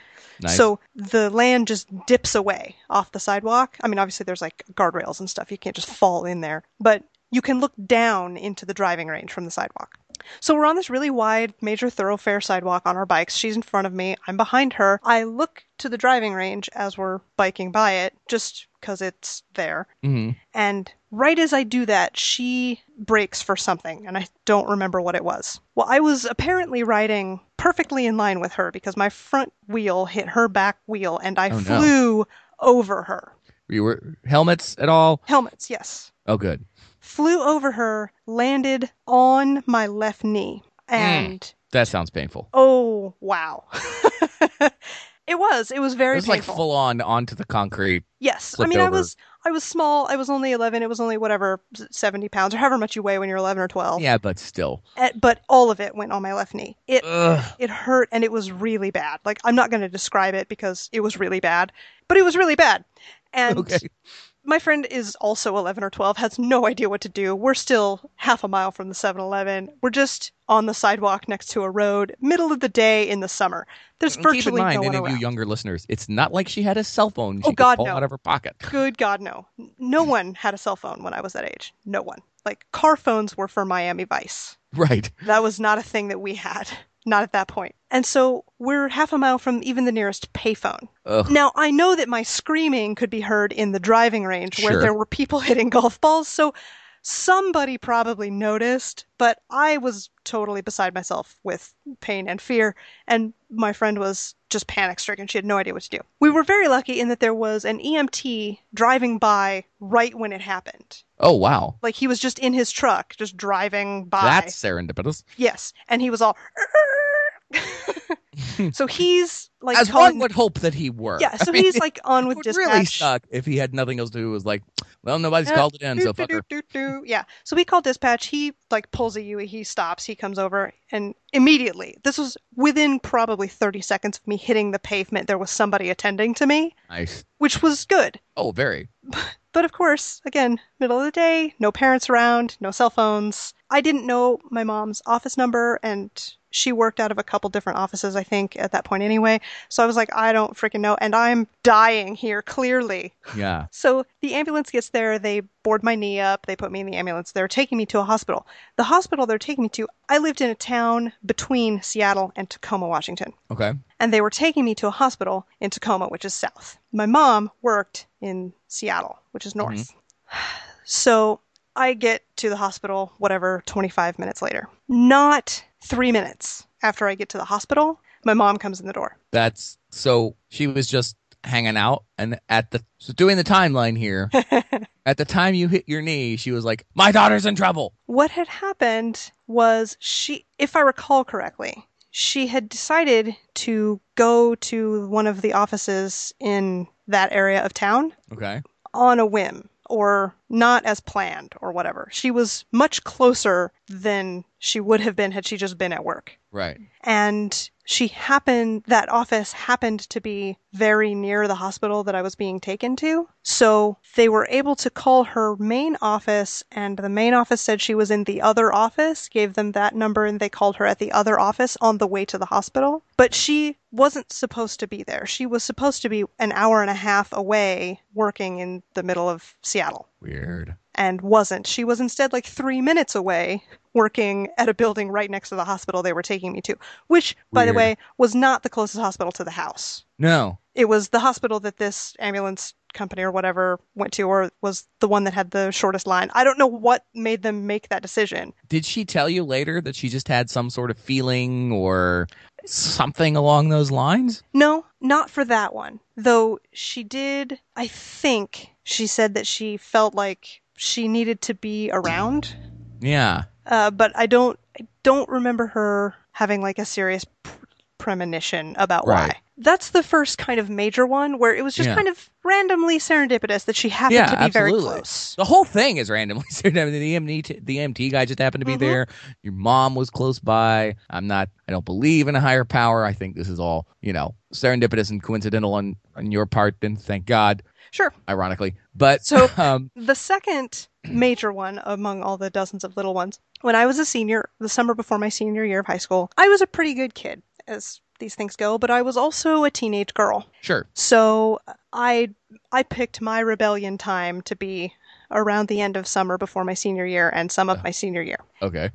[SPEAKER 6] Nice.
[SPEAKER 7] So the land just dips away off the sidewalk. I mean, obviously there's like guardrails and stuff. You can't just fall in there, but you can look down into the driving range from the sidewalk. So we're on this really wide major thoroughfare sidewalk on our bikes. She's in front of me. I'm behind her. I look to the driving range as we're biking by it just because it's there.
[SPEAKER 6] Mhm.
[SPEAKER 7] And right as I do that, she brakes for something, and I don't remember what it was. Well, I was apparently riding perfectly in line with her because my front wheel hit her back wheel, and I
[SPEAKER 6] Oh, no.
[SPEAKER 7] flew over her.
[SPEAKER 6] You were helmets at all?
[SPEAKER 7] Helmets, yes.
[SPEAKER 6] Oh, good.
[SPEAKER 7] Flew over her, landed on my left knee,
[SPEAKER 6] Hmm.
[SPEAKER 7] and
[SPEAKER 6] That sounds painful.
[SPEAKER 7] oh, wow. it was. It was very
[SPEAKER 6] It was like
[SPEAKER 7] painful.
[SPEAKER 6] full on onto the concrete.
[SPEAKER 7] Yes, I
[SPEAKER 6] flipped
[SPEAKER 7] mean I
[SPEAKER 6] over.
[SPEAKER 7] was I was small. I was only eleven. It was only whatever seventy pounds or however much you weigh when you're eleven or twelve.
[SPEAKER 6] Yeah, but still.
[SPEAKER 7] Eh, But all of it went on my left knee. It
[SPEAKER 6] Ugh.
[SPEAKER 7] it hurt and it was really bad. Like I'm not going to describe it because it was really bad, but it was really bad. And
[SPEAKER 6] Okay.
[SPEAKER 7] my friend is also 11 or 12, has no idea what to do. We're still half a mile from the 7 Eleven. We're just on the sidewalk next to a road, middle of the day in the summer. There's
[SPEAKER 6] Keep in
[SPEAKER 7] virtually
[SPEAKER 6] mind,
[SPEAKER 7] no one
[SPEAKER 6] any of you
[SPEAKER 7] around.
[SPEAKER 6] younger listeners, it's not like she had a cell phone. She
[SPEAKER 7] Oh,
[SPEAKER 6] could
[SPEAKER 7] God,
[SPEAKER 6] pull
[SPEAKER 7] no.
[SPEAKER 6] out of her pocket.
[SPEAKER 7] Good God, no. N- No one had a cell phone when I was that age. No one. Like, car phones were for Miami Vice.
[SPEAKER 6] Right.
[SPEAKER 7] That was not a thing that we had. Not at that point. And so we're half a mile from even the nearest payphone.
[SPEAKER 6] Ugh.
[SPEAKER 7] Now, I know that my screaming could be heard in the driving range
[SPEAKER 6] Sure.
[SPEAKER 7] where there were people hitting golf balls, so somebody probably noticed, but I was totally beside myself with pain and fear, and my friend was just panic stricken. She had no idea what to do. We were very lucky in that there was an EMT driving by right when it happened.
[SPEAKER 6] Oh, wow.
[SPEAKER 7] Like he was just in his truck, just driving by.
[SPEAKER 6] That's serendipitous.
[SPEAKER 7] Yes, and he was all. so he's like
[SPEAKER 6] As
[SPEAKER 7] calling.
[SPEAKER 6] one would hope that he were.
[SPEAKER 7] yeah, so
[SPEAKER 6] I mean,
[SPEAKER 7] he's like on
[SPEAKER 6] it
[SPEAKER 7] with
[SPEAKER 6] would
[SPEAKER 7] dispatch.
[SPEAKER 6] really suck if he had nothing else to do. It was like, well, nobody's
[SPEAKER 7] Uh,
[SPEAKER 6] called it in, so
[SPEAKER 7] Doot,
[SPEAKER 6] fucker.
[SPEAKER 7] doot, doot, doot, doot. Yeah. So we call dispatch. He like pulls a Yui. He stops. He comes over and immediately, this was within probably 30 seconds of me hitting the pavement, there was somebody attending to me,
[SPEAKER 6] Nice.
[SPEAKER 7] which was good.
[SPEAKER 6] Oh, very.
[SPEAKER 7] But of course, again, middle of the day, no parents around, no cell phones. I didn't know my mom's office number, and she worked out of a couple different offices, I think, at that point anyway. So I was like, I don't freaking know, and I'm dying here, clearly.
[SPEAKER 6] Yeah.
[SPEAKER 7] So the ambulance gets there, they board my knee up, they put me in the ambulance, they're taking me to a hospital. The hospital they're taking me to, I lived in a town between Seattle and Tacoma, Washington.
[SPEAKER 6] Okay.
[SPEAKER 7] And they were taking me to a hospital in Tacoma, which is south. My mom worked in Seattle, which is north. So I get to the hospital, whatever, 25 minutes later. Not three minutes after I get to the hospital, my mom comes in the door.
[SPEAKER 6] That's so she was just hanging out and at the so doing the timeline here. at the time you hit your knee, she was like, "My daughter's in trouble."
[SPEAKER 7] What had happened was she, if I recall correctly, she had decided to go to one of the offices in that area of town
[SPEAKER 6] Okay.
[SPEAKER 7] on a whim or not as planned or whatever. She was much closer than she would have been had she just been at work.
[SPEAKER 6] Right.
[SPEAKER 7] And she happened, that office happened to be very near the hospital that I was being taken to. So they were able to call her main office, and the main office said she was in the other office, gave them that number, and they called her at the other office on the way to the hospital. But she wasn't supposed to be there. She was supposed to be an hour and a half away working in the middle of Seattle
[SPEAKER 6] Weird.
[SPEAKER 7] and wasn't. She was instead like three minutes away working at a building right next to the hospital they were taking me to, which, by the
[SPEAKER 6] Weird.
[SPEAKER 7] way, was not the closest hospital to the house.
[SPEAKER 6] No.
[SPEAKER 7] It was the hospital that this ambulance company or whatever went to, or was the one that had the shortest line. I don't know what made them make that decision.
[SPEAKER 6] Did she tell you later that she just had some sort of feeling or something along those lines?
[SPEAKER 7] No, not for that one. Though she did, I think she said that she felt like she needed to be around.
[SPEAKER 6] Yeah.
[SPEAKER 7] Uh, but I don't I don't remember her having like a serious pr- premonition about
[SPEAKER 6] Right.
[SPEAKER 7] why. That's the first kind of major one where it was just
[SPEAKER 6] Yeah.
[SPEAKER 7] kind of randomly serendipitous that she happened
[SPEAKER 6] Yeah,
[SPEAKER 7] to be very
[SPEAKER 6] absolutely.
[SPEAKER 7] close.
[SPEAKER 6] The whole thing is randomly serendipitous. The MT, t- the MT guy just happened to be
[SPEAKER 7] Mhm.
[SPEAKER 6] there. Your mom was close by. I'm not. I don't believe in a higher power. I think this is all you know, serendipitous and coincidental on on your part. And thank God,
[SPEAKER 7] Sure.
[SPEAKER 6] ironically. But
[SPEAKER 7] So-
[SPEAKER 6] um,
[SPEAKER 7] The second major one among all the dozens of little ones. When I was a senior, the summer before my senior year of high school, I was a pretty good kid as these things go, but I was also a teenage girl.
[SPEAKER 6] sure,
[SPEAKER 7] So I I picked my rebellion time to be around the end of summer before my senior year and some of my senior year.
[SPEAKER 6] okay.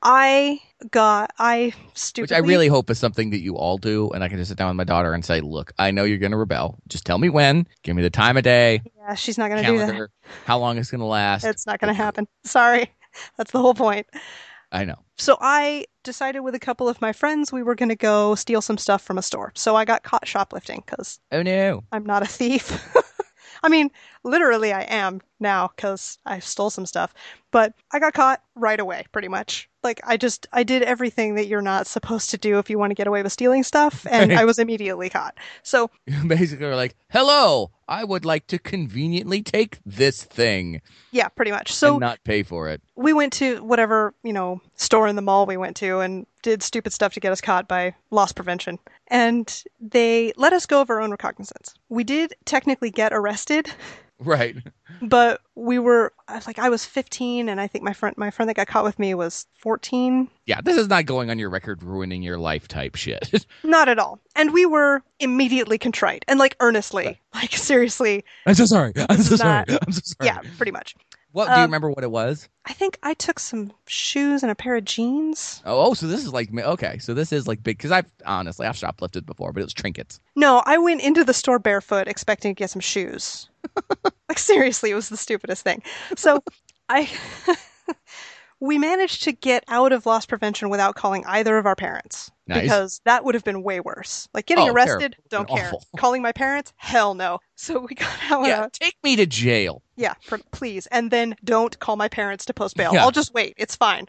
[SPEAKER 7] I got I
[SPEAKER 6] Which
[SPEAKER 7] stupidly
[SPEAKER 6] I really hope is something that you all do, and I can just sit down with my daughter and say, "Look, I know you're going to rebel. Just tell me when. Give me the time of day,
[SPEAKER 7] yeah she's not gonna do
[SPEAKER 6] calendar, how long it's going to last.
[SPEAKER 7] that. It's not gonna happen. Sorry, that's the whole point.
[SPEAKER 6] I know.
[SPEAKER 7] So I decided with a couple of my friends we were gonna go steal some stuff from a store. So I got caught shoplifting because
[SPEAKER 6] Oh no.
[SPEAKER 7] I'm not a thief. I mean, literally, I am now because I stole some stuff, but I got caught right away, pretty much. Like, I just, I did everything that you're not supposed to do if you want to get away with stealing stuff, and I was immediately caught. So,
[SPEAKER 6] basically were like, "Hello, I would like to conveniently take this thing
[SPEAKER 7] yeah, pretty much. So,
[SPEAKER 6] and not pay for it."
[SPEAKER 7] we went to whatever, you know, store in the mall we went to and did stupid stuff to get us caught by loss prevention. And they let us go of our own recognizance. We did technically get arrested.
[SPEAKER 6] Right.
[SPEAKER 7] but we were I was like I was 15 and I think my friend my friend that got caught with me was 14
[SPEAKER 6] Yeah, this is not going on your record ruining your life type shit.
[SPEAKER 7] not at all and we were immediately contrite and like earnestly like seriously
[SPEAKER 6] I'm so sorry. I'm
[SPEAKER 7] is not-
[SPEAKER 6] I'm so
[SPEAKER 7] yeah pretty much
[SPEAKER 6] What do you
[SPEAKER 7] Um,
[SPEAKER 6] remember what it was?
[SPEAKER 7] I think I took some shoes and a pair of jeans
[SPEAKER 6] Oh, oh, so this is like okay, so this is like big cuz I've honestly I've shoplifted before, but it was trinkets.
[SPEAKER 7] no I went into the store barefoot expecting to get some shoes like seriously it was the stupidest thing so I we managed to get out of loss prevention without calling either of our parents
[SPEAKER 6] Nice.
[SPEAKER 7] because that would have been way worse. Like getting
[SPEAKER 6] Oh,
[SPEAKER 7] arrested,
[SPEAKER 6] terrible.
[SPEAKER 7] don't care.
[SPEAKER 6] Awful.
[SPEAKER 7] Calling my parents, hell no. So we got out.
[SPEAKER 6] Oh, yeah,
[SPEAKER 7] Yeah,
[SPEAKER 6] take me to jail.
[SPEAKER 7] yeah pr- please, and then don't call my parents to post bail.
[SPEAKER 6] Yeah.
[SPEAKER 7] I'll just wait. It's fine.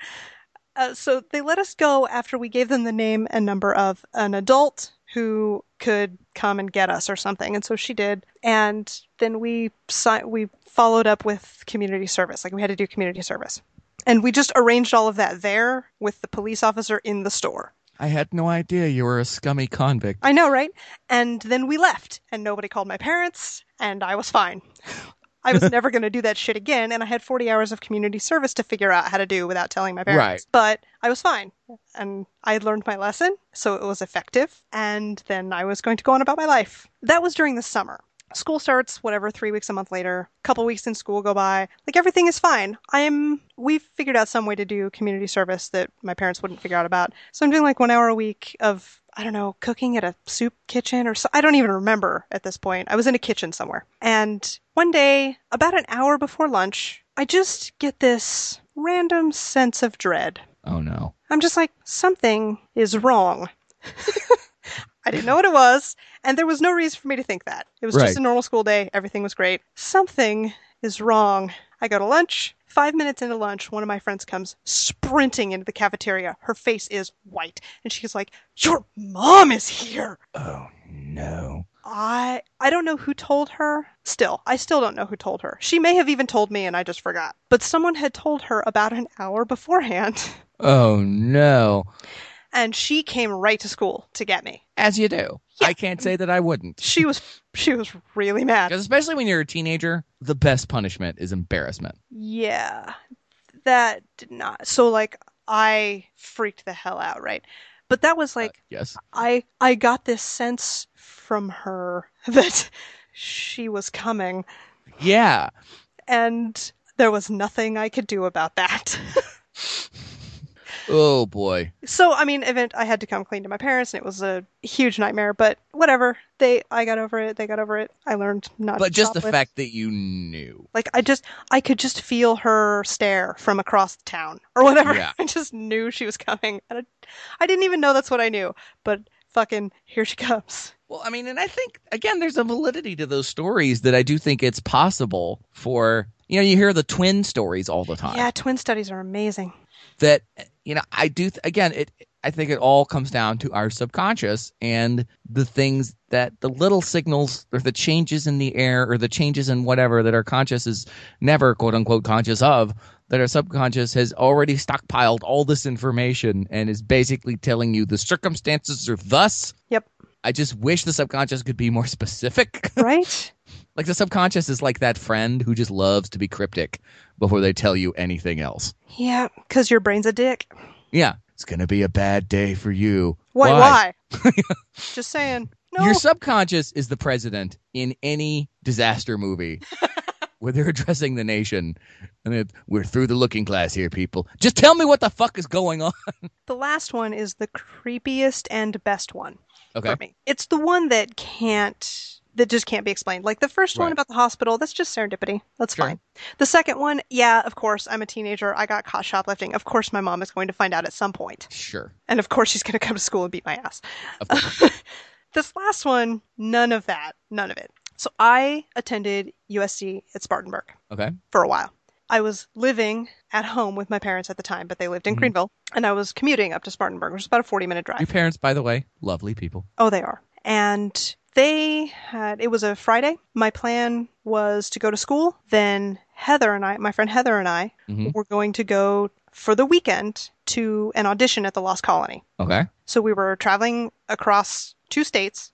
[SPEAKER 7] Uh, so they let us go after we gave them the name and number of an adult who could come and get us or something, and so she did. And then we si- we followed up with community service. Like we had to do community service. And we just arranged all of that there with the police officer in the store.
[SPEAKER 6] I had no idea you were a scummy convict.
[SPEAKER 7] I know, right? And then we left, and nobody called my parents, and I was fine. I was never going to do that shit again, and I had 40 hours of community service to figure out how to do without telling my parents. But I was fine, and I had learned my lesson, so it was effective, and then I was going to go on about my life. That was during the summer. School starts, whatever, three weeks a month later, couple weeks in school go by. Like everything is fine. I'm, we've figured out some way to do community service that my parents wouldn't figure out about. So I'm doing like one hour a week of I don't know, cooking at a soup kitchen or so. I don't even remember at this point. I was in a kitchen somewhere. And one day, about an hour before lunch, I just get this random sense of dread.
[SPEAKER 6] Oh no.
[SPEAKER 7] I'm just like, something is wrong. I didn't know what it was, and there was no reason for me to think that. It was
[SPEAKER 6] Right.
[SPEAKER 7] just a normal school day. Everything was great. Something is wrong. I go to lunch. Five minutes into lunch, one of my friends comes sprinting into the cafeteria. Her face is white, and she's like, "Your mom is here."
[SPEAKER 6] Oh no.
[SPEAKER 7] I I don't know who told her. Still, I still don't know who told her. She may have even told me and I just forgot. But someone had told her about an hour beforehand
[SPEAKER 6] Oh no.
[SPEAKER 7] and she came right to school to get me.
[SPEAKER 6] As you do. I can't say that I wouldn't.
[SPEAKER 7] She was she was really mad.
[SPEAKER 6] Because especially when you're a teenager, the best punishment is embarrassment.
[SPEAKER 7] Yeah. That did not. So like I freaked the hell out, right? But that was like
[SPEAKER 6] Yes.
[SPEAKER 7] I I got this sense from her that she was coming
[SPEAKER 6] Yeah.
[SPEAKER 7] and there was nothing I could do about that.
[SPEAKER 6] Oh boy.
[SPEAKER 7] So I mean, event I had to come clean to my parents, and it was a huge nightmare. But whatever, they I got over it. They got over it. I learned not.
[SPEAKER 6] But
[SPEAKER 7] to
[SPEAKER 6] just the
[SPEAKER 7] shoplift.
[SPEAKER 6] fact that you knew.
[SPEAKER 7] like I just I could just feel her stare from across the town or whatever.
[SPEAKER 6] Yeah.
[SPEAKER 7] I just knew she was coming, and I, I didn't even know that's what I knew. But fucking here she comes.
[SPEAKER 6] Well, I mean, and I think again, there's a validity to those stories that I do think it's possible for. You know, you hear the twin stories all the time.
[SPEAKER 7] Yeah, twin studies are amazing.
[SPEAKER 6] That you know, I do. Th- again, it. I think it all comes down to our subconscious and the things that the little signals or the changes in the air or the changes in whatever that our conscious is never quote unquote conscious of that our subconscious has already stockpiled all this information and is basically telling you the circumstances are thus.
[SPEAKER 7] Yep.
[SPEAKER 6] I just wish the subconscious could be more specific.
[SPEAKER 7] Right?
[SPEAKER 6] Like the subconscious is like that friend who just loves to be cryptic before they tell you anything else.
[SPEAKER 7] yeah, because your brain's a dick.
[SPEAKER 6] Yeah. It's going to be a bad day for you.
[SPEAKER 7] Why? Why? just saying. No.
[SPEAKER 6] Your subconscious is the president in any disaster movie where they're addressing the nation. And it, we're through the looking glass here, people. Just tell me what the fuck is going on.
[SPEAKER 7] The last one is the creepiest and best one.
[SPEAKER 6] Okay.
[SPEAKER 7] for me. It's the one that can't that just can't be explained. Like the first one
[SPEAKER 6] Right.
[SPEAKER 7] about the hospital, that's just serendipity. That's
[SPEAKER 6] Sure.
[SPEAKER 7] fine. The second one, yeah, of course, I'm a teenager. I got caught shoplifting. Of course my mom is going to find out at some point.
[SPEAKER 6] Sure.
[SPEAKER 7] And of course she's going to come to school and beat my ass.
[SPEAKER 6] Of course.
[SPEAKER 7] This last one, none of that. None of it. So I attended USC at Spartanburg
[SPEAKER 6] Okay.
[SPEAKER 7] for a while. I was living at home with my parents at the time, but they lived in
[SPEAKER 6] Mhm.
[SPEAKER 7] Greenville, and I was commuting up to Spartanburg, which is about a 40 minute drive.
[SPEAKER 6] Your parents, by the way, lovely people.
[SPEAKER 7] Oh, they are. And they had, it was a Friday. My plan was to go to school. Then Heather and I, my friend Heather and I,
[SPEAKER 6] Mhm.
[SPEAKER 7] were going to go for the weekend to an audition at the Lost Colony.
[SPEAKER 6] Okay.
[SPEAKER 7] So we were traveling across two states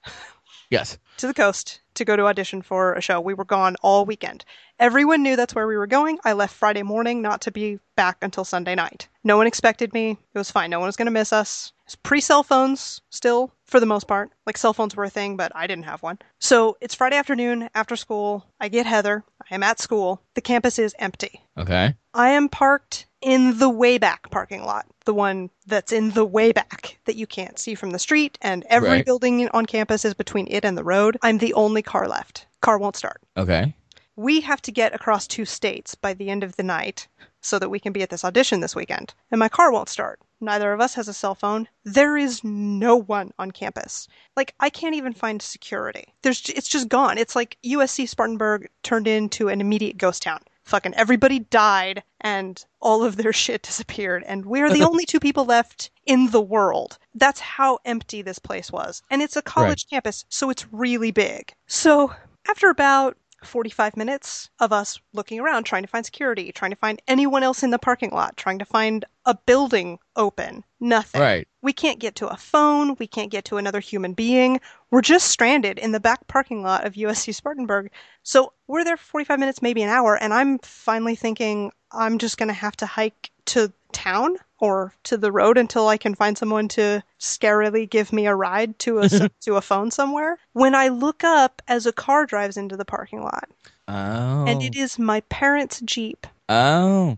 [SPEAKER 6] Yes.
[SPEAKER 7] to the coast to go to audition for a show. We were gone all weekend. Everyone knew that's where we were going. I left Friday morning not to be back until Sunday night. No one expected me. It was fine. No one was going to miss us. It's pre cell phones still for the most part. Like cell phones were a thing, but I didn't have one. So it's Friday afternoon after school. I get Heather. I am at school. The campus is empty.
[SPEAKER 6] Okay.
[SPEAKER 7] I am parked in the way back parking lot, the one that's in the way back that you can't see from the street, and every
[SPEAKER 6] Right.
[SPEAKER 7] building on campus is between it and the road. I'm the only car left. Car won't start.
[SPEAKER 6] Okay.
[SPEAKER 7] We have to get across two states by the end of the night so that we can be at this audition this weekend. And my car won't start. Neither of us has a cell phone. There is no one on campus. Like I can't even find security. There's j- it's just gone. It's like USC Spartanburg turned into an immediate ghost town. Fucking everybody died and all of their shit disappeared and we're the only two people left in the world. That's how empty this place was. And it's a college campus, so it's really big. So, after about 45 minutes of us looking around, trying to find security, trying to find anyone else in the parking lot, trying to find a building open. Nothing.
[SPEAKER 6] Right.
[SPEAKER 7] We can't get to a phone. We can't get to another human being. We're just stranded in the back parking lot of USC Spartanburg. So we're there for 45 minutes, maybe an hour, and I'm finally thinking I'm just going to have to hike to town or to the road until I can find someone to scarily give me a ride to a to a phone somewhere. When I look up as a car drives into the parking lot,
[SPEAKER 6] Oh.
[SPEAKER 7] and it is my parents' Jeep.
[SPEAKER 6] Oh.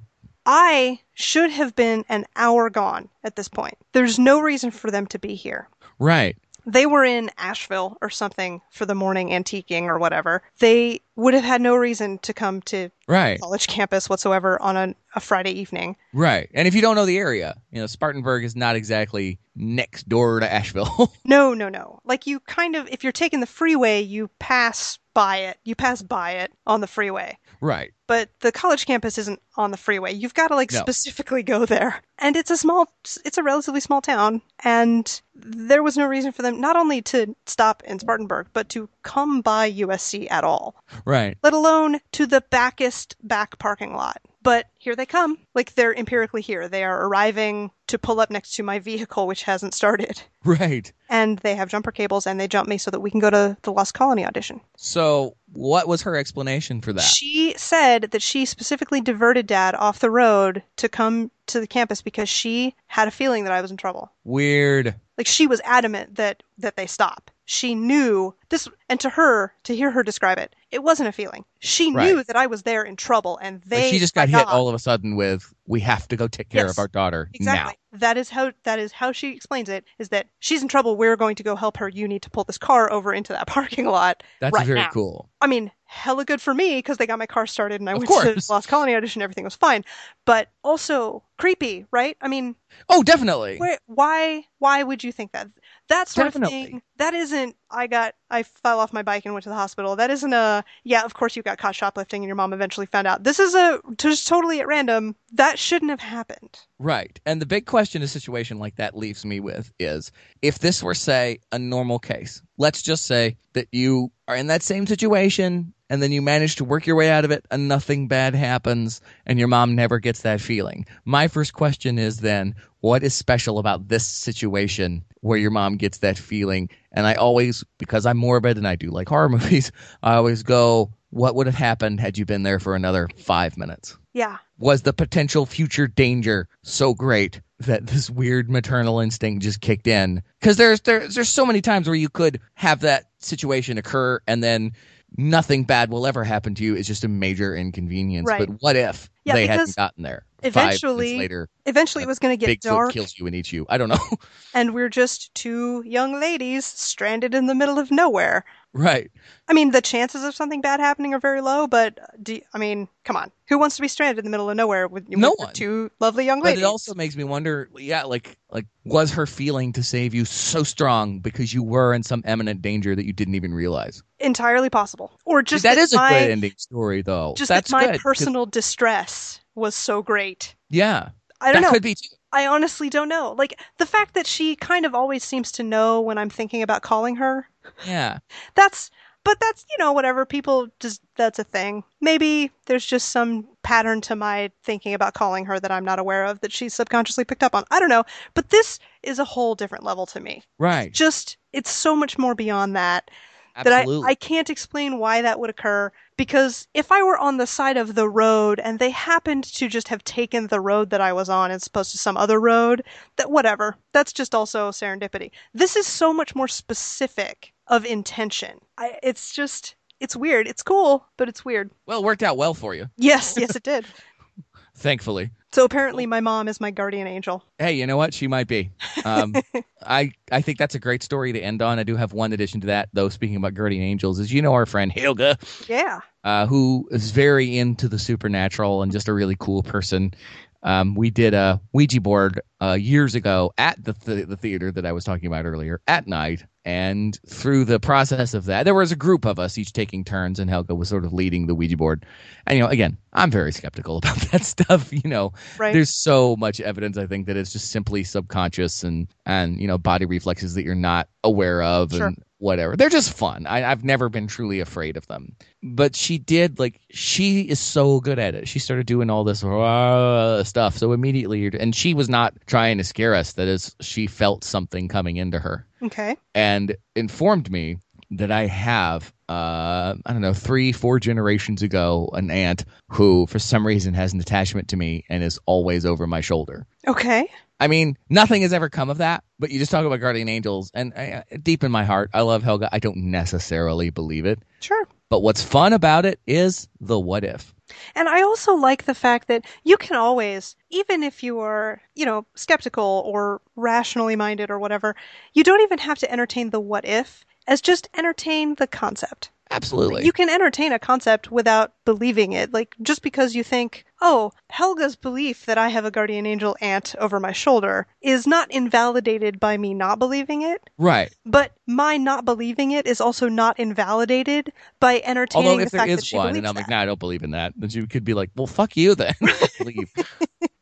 [SPEAKER 7] I should have been an hour gone at this point. There's no reason for them to be here.
[SPEAKER 6] Right.
[SPEAKER 7] they were in Asheville or something for the morning antiquing or whatever, they would have had no reason to come to
[SPEAKER 6] Right.
[SPEAKER 7] college campus whatsoever on a, a Friday evening.
[SPEAKER 6] Right. And if you don't know the area, you know, Spartanburg is not exactly next door to Asheville.
[SPEAKER 7] No, no, no. Like you kind of, if you're taking the freeway, you pass by it. You pass by it on the freeway.
[SPEAKER 6] right.
[SPEAKER 7] But the college campus isn't on the freeway. You've got to like
[SPEAKER 6] No.
[SPEAKER 7] specifically go there. And it's a small, it's a relatively small town. And there was no reason for them not only to stop in Spartanburg, but to come by USC at all,
[SPEAKER 6] Right.
[SPEAKER 7] let alone to the backest back parking lot. But here they come. Like they're empirically here. They are arriving to pull up next to my vehicle, which hasn't started
[SPEAKER 6] Right.
[SPEAKER 7] and they have jumper cables and they jump me so that we can go to the Lost Colony audition.
[SPEAKER 6] So, what was her explanation for that?
[SPEAKER 7] She said that she specifically diverted dad off the road to come to the campus because she had a feeling that I was in trouble.
[SPEAKER 6] Weird.
[SPEAKER 7] Like she was adamant that that they stop. She knew this and to her, to hear her describe it, it wasn't a feeling. She
[SPEAKER 6] Right.
[SPEAKER 7] knew that I was there in trouble and they
[SPEAKER 6] Like, she just got
[SPEAKER 7] my
[SPEAKER 6] hit
[SPEAKER 7] God.
[SPEAKER 6] all of a sudden with we have to go take care
[SPEAKER 7] Yes.
[SPEAKER 6] of our daughter
[SPEAKER 7] Exactly. That is how that is how she explains it is that she's in trouble, we're going to go help her. You need to pull this car over into that parking lot.
[SPEAKER 6] now. That's
[SPEAKER 7] right
[SPEAKER 6] very
[SPEAKER 7] now.
[SPEAKER 6] cool.
[SPEAKER 7] I mean, hella good for me because they got my car started and I
[SPEAKER 6] Of
[SPEAKER 7] went to
[SPEAKER 6] course.
[SPEAKER 7] the Lost Colony audition. Everything was fine, but also creepy, right? I mean,
[SPEAKER 6] Oh, definitely.
[SPEAKER 7] where, why? Why would you think that? That sort
[SPEAKER 6] Definitely.
[SPEAKER 7] of thing. That isn't. I got. I fell off my bike and went to the hospital. That isn't a. Yeah, of course you got caught shoplifting and your mom eventually found out. This is a just totally at random. That shouldn't have happened.
[SPEAKER 6] Right. And the big question a situation like that leaves me with is if this were, say, a normal case, let's just say that you are in that same situation and then you manage to work your way out of it and nothing bad happens and your mom never gets that feeling. My first question is then, what is special about this situation where your mom gets that feeling? And I always, because I'm morbid and I do like horror movies, I always go, what would have happened had you been there for another five minutes?
[SPEAKER 7] Yeah.
[SPEAKER 6] was the potential future danger so great that this weird maternal instinct just kicked in because there's there's there's so many times where you could have that situation occur and then nothing bad will ever happen to you it's just a major inconvenience
[SPEAKER 7] Right.
[SPEAKER 6] but what if
[SPEAKER 7] Yeah,
[SPEAKER 6] they
[SPEAKER 7] because
[SPEAKER 6] hadn't gotten there five
[SPEAKER 7] eventually-
[SPEAKER 6] minutes later
[SPEAKER 7] Eventually, it was going to get
[SPEAKER 6] bigfoot
[SPEAKER 7] dark,
[SPEAKER 6] kills you and eats you i don't know
[SPEAKER 7] and we're just two young ladies stranded in the middle of nowhere.
[SPEAKER 6] right
[SPEAKER 7] I mean, the chances of something bad happening are very low, but uh, do, I mean, come on. Who wants to be stranded in the middle of nowhere with,
[SPEAKER 6] No
[SPEAKER 7] with
[SPEAKER 6] one.
[SPEAKER 7] two lovely young
[SPEAKER 6] but
[SPEAKER 7] ladies?
[SPEAKER 6] it also makes me wonder yeah like like was her feeling to save you so strong because you were in some imminent danger that you didn't even realize
[SPEAKER 7] Entirely possible. Or just
[SPEAKER 6] that is
[SPEAKER 7] my,
[SPEAKER 6] a good ending story though
[SPEAKER 7] Just
[SPEAKER 6] that's
[SPEAKER 7] that my
[SPEAKER 6] good 'cause-
[SPEAKER 7] personal distress was so great.
[SPEAKER 6] yeah
[SPEAKER 7] I don't
[SPEAKER 6] that
[SPEAKER 7] know.
[SPEAKER 6] could be too.
[SPEAKER 7] I honestly don't know. Like, the fact that she kind of always seems to know when I'm thinking about calling her,
[SPEAKER 6] Yeah.
[SPEAKER 7] that's. But that's, you know, whatever. People just, that's a thing. Maybe there's just some pattern to my thinking about calling her that I'm not aware of that she subconsciously picked up on. I don't know. But this is a whole different level to me.
[SPEAKER 6] Right.
[SPEAKER 7] Just, it's so much more beyond that
[SPEAKER 6] Absolutely.
[SPEAKER 7] that I, I can't explain why that would occur. Because if I were on the side of the road and they happened to just have taken the road that I was on as opposed to some other road, that whatever. That's just also serendipity. This is so much more specific of intention. I, it's just, it's weird. It's cool, but it's weird.
[SPEAKER 6] well, it worked out well for you,
[SPEAKER 7] Yes, yes, it did.
[SPEAKER 6] thankfully.
[SPEAKER 7] So apparently, my mom is my guardian angel.
[SPEAKER 6] Hey, you know what? She might be. Um, I I think that's a great story to end on. I do have one addition to that, though. Speaking about guardian angels, is you know our friend Helga,
[SPEAKER 7] Yeah.
[SPEAKER 6] uh, who is very into the supernatural and just a really cool person. Um, we did a Ouija board uh, years ago at the th- the theater that I was talking about earlier at night, and through the process of that, there was a group of us each taking turns, and Helga was sort of leading the Ouija board. And you know, again, I'm very skeptical about that stuff. You know,
[SPEAKER 7] Right.
[SPEAKER 6] there's so much evidence I think that it's just simply subconscious and and you know body reflexes that you're not aware of
[SPEAKER 7] Sure.
[SPEAKER 6] and whatever. They're just fun. I, I've never been truly afraid of them. But she did like she is so good at it. She started doing all this "Wah" stuff. So immediately, you're, and she was not trying to scare us. That is, she felt something coming into her
[SPEAKER 7] Okay.
[SPEAKER 6] and informed me that I have, uh, I don't know, three, four generations ago, an aunt who, for some reason, has an attachment to me and is always over my shoulder.
[SPEAKER 7] Okay.
[SPEAKER 6] I mean, nothing has ever come of that, but you just talk about guardian angels, and I, I- deep in my heart, I love Helga. I don't necessarily believe it,
[SPEAKER 7] Sure.
[SPEAKER 6] but what's fun about it is the what if.
[SPEAKER 7] And I also like the fact that you can always, even if you are, you know, skeptical or rationally minded or whatever, you don't even have to entertain the what if as just entertain the concept.
[SPEAKER 6] Absolutely.
[SPEAKER 7] You can entertain a concept without believing it. Like, just because you think, oh, Helga's belief that I have a guardian angel aunt over my shoulder is not invalidated by me not believing it,
[SPEAKER 6] right.
[SPEAKER 7] but my not believing it is also not invalidated by entertaining
[SPEAKER 6] Although if
[SPEAKER 7] the
[SPEAKER 6] there
[SPEAKER 7] fact
[SPEAKER 6] is
[SPEAKER 7] that she
[SPEAKER 6] one,
[SPEAKER 7] believes
[SPEAKER 6] and I'm like,
[SPEAKER 7] that.
[SPEAKER 6] no, I don't believe in that, then you could be like, well, fuck you then. Leave.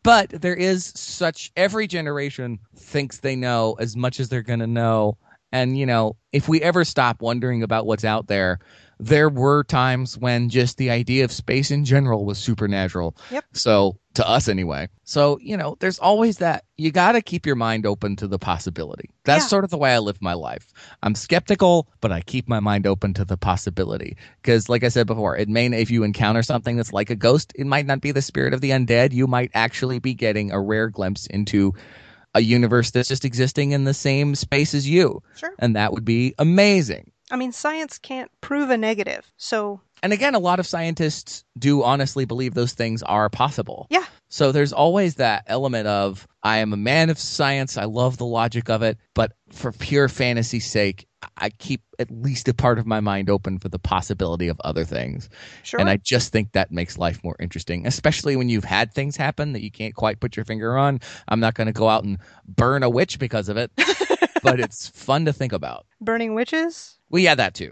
[SPEAKER 6] But there is such every generation thinks they know as much as they're gonna know. And you know, if we ever stop wondering about what's out there, there were times when just the idea of space in general was supernatural.
[SPEAKER 7] Yep.
[SPEAKER 6] So to us anyway. So, you know, there's always that you gotta keep your mind open to the possibility. That's
[SPEAKER 7] Yeah.
[SPEAKER 6] sort of the way I live my life. I'm skeptical, but I keep my mind open to the possibility. Because, like I said before, it may, if you encounter something that's like a ghost, it might not be the spirit of the undead. You might actually be getting a rare glimpse into a universe that's just existing in the same space as you.
[SPEAKER 7] Sure.
[SPEAKER 6] And that would be amazing.
[SPEAKER 7] I mean, science can't prove a negative. So,
[SPEAKER 6] And again, a lot of scientists do honestly believe those things are possible.
[SPEAKER 7] yeah,
[SPEAKER 6] So there's always that element of I am a man of science. I love the logic of it, but for pure fantasy's sake, I keep at least a part of my mind open for the possibility of other things.
[SPEAKER 7] sure.
[SPEAKER 6] And I just think that makes life more interesting, especially when you've had things happen that you can't quite put your finger on. I'm not going to go out and burn a witch because of it, but it's fun to think about.
[SPEAKER 7] Burning witches?
[SPEAKER 6] Well, yeah, that too.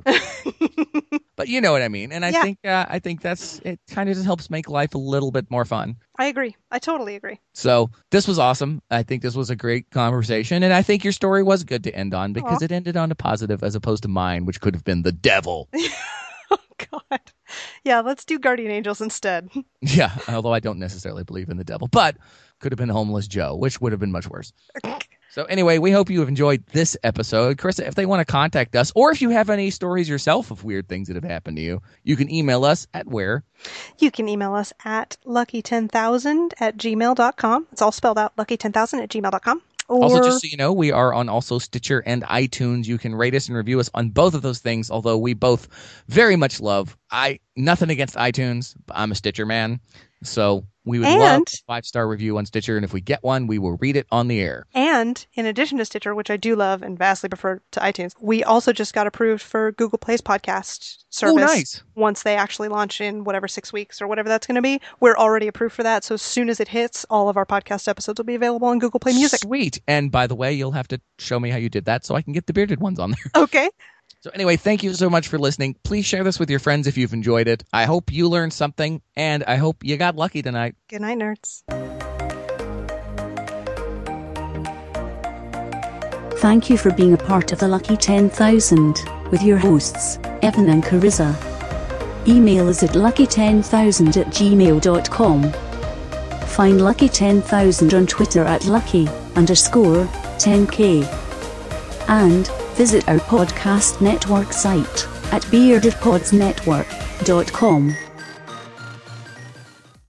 [SPEAKER 6] but you know what I mean. And I
[SPEAKER 7] Yeah.
[SPEAKER 6] think uh, I think that's it. Kind of just helps make life a little bit more fun.
[SPEAKER 7] I agree. I totally agree.
[SPEAKER 6] So this was awesome. I think this was a great conversation, and I think your story was good to end on because
[SPEAKER 7] Aw.
[SPEAKER 6] it ended on a positive, as opposed to mine, which could have been the devil.
[SPEAKER 7] Oh, God. Yeah, let's do guardian angels instead.
[SPEAKER 6] yeah, although I don't necessarily believe in the devil, but could have been homeless Joe, which would have been much worse. So anyway, we hope you have enjoyed this episode. Carissa, if they want to contact us, or if you have any stories yourself of weird things that have happened to you, you can email us at where
[SPEAKER 7] You can email us at lucky10000 at gmail.com. It's all spelled out lucky10000 at gmail.com. Or,
[SPEAKER 6] Also, just so you know, we are on also Stitcher and iTunes. You can rate us and review us on both of those things. Although we both very much love I nothing against iTunes. but I'm a Stitcher man, so we would love
[SPEAKER 7] And-
[SPEAKER 6] a five star review on Stitcher, and if we get one, we will read it on the air.
[SPEAKER 7] and in addition to Stitcher, which I do love and vastly prefer to iTunes, we also just got approved for Google Play's podcast service.
[SPEAKER 6] nice.
[SPEAKER 7] Once they actually launch in whatever six weeks or whatever that's going to be, we're already approved for that. So as soon as it hits, all of our podcast episodes will be available on Google Play Music.
[SPEAKER 6] Sweet. And by the way, you'll have to show me how you did that so I can get the bearded ones on there.
[SPEAKER 7] Okay.
[SPEAKER 6] So anyway, thank you so much for listening. Please share this with your friends if you've enjoyed it. I hope you learned something, and I hope you got lucky tonight.
[SPEAKER 7] Good night, nerds.
[SPEAKER 2] Thank you for being a part of the Lucky 10,000 with your hosts, Evan and Carissa. Email us at lucky10000 at gmail.com. Find Lucky 10,000 on Twitter at lucky underscore 10k. And visit our podcast network site at beardedpodsnetwork.com.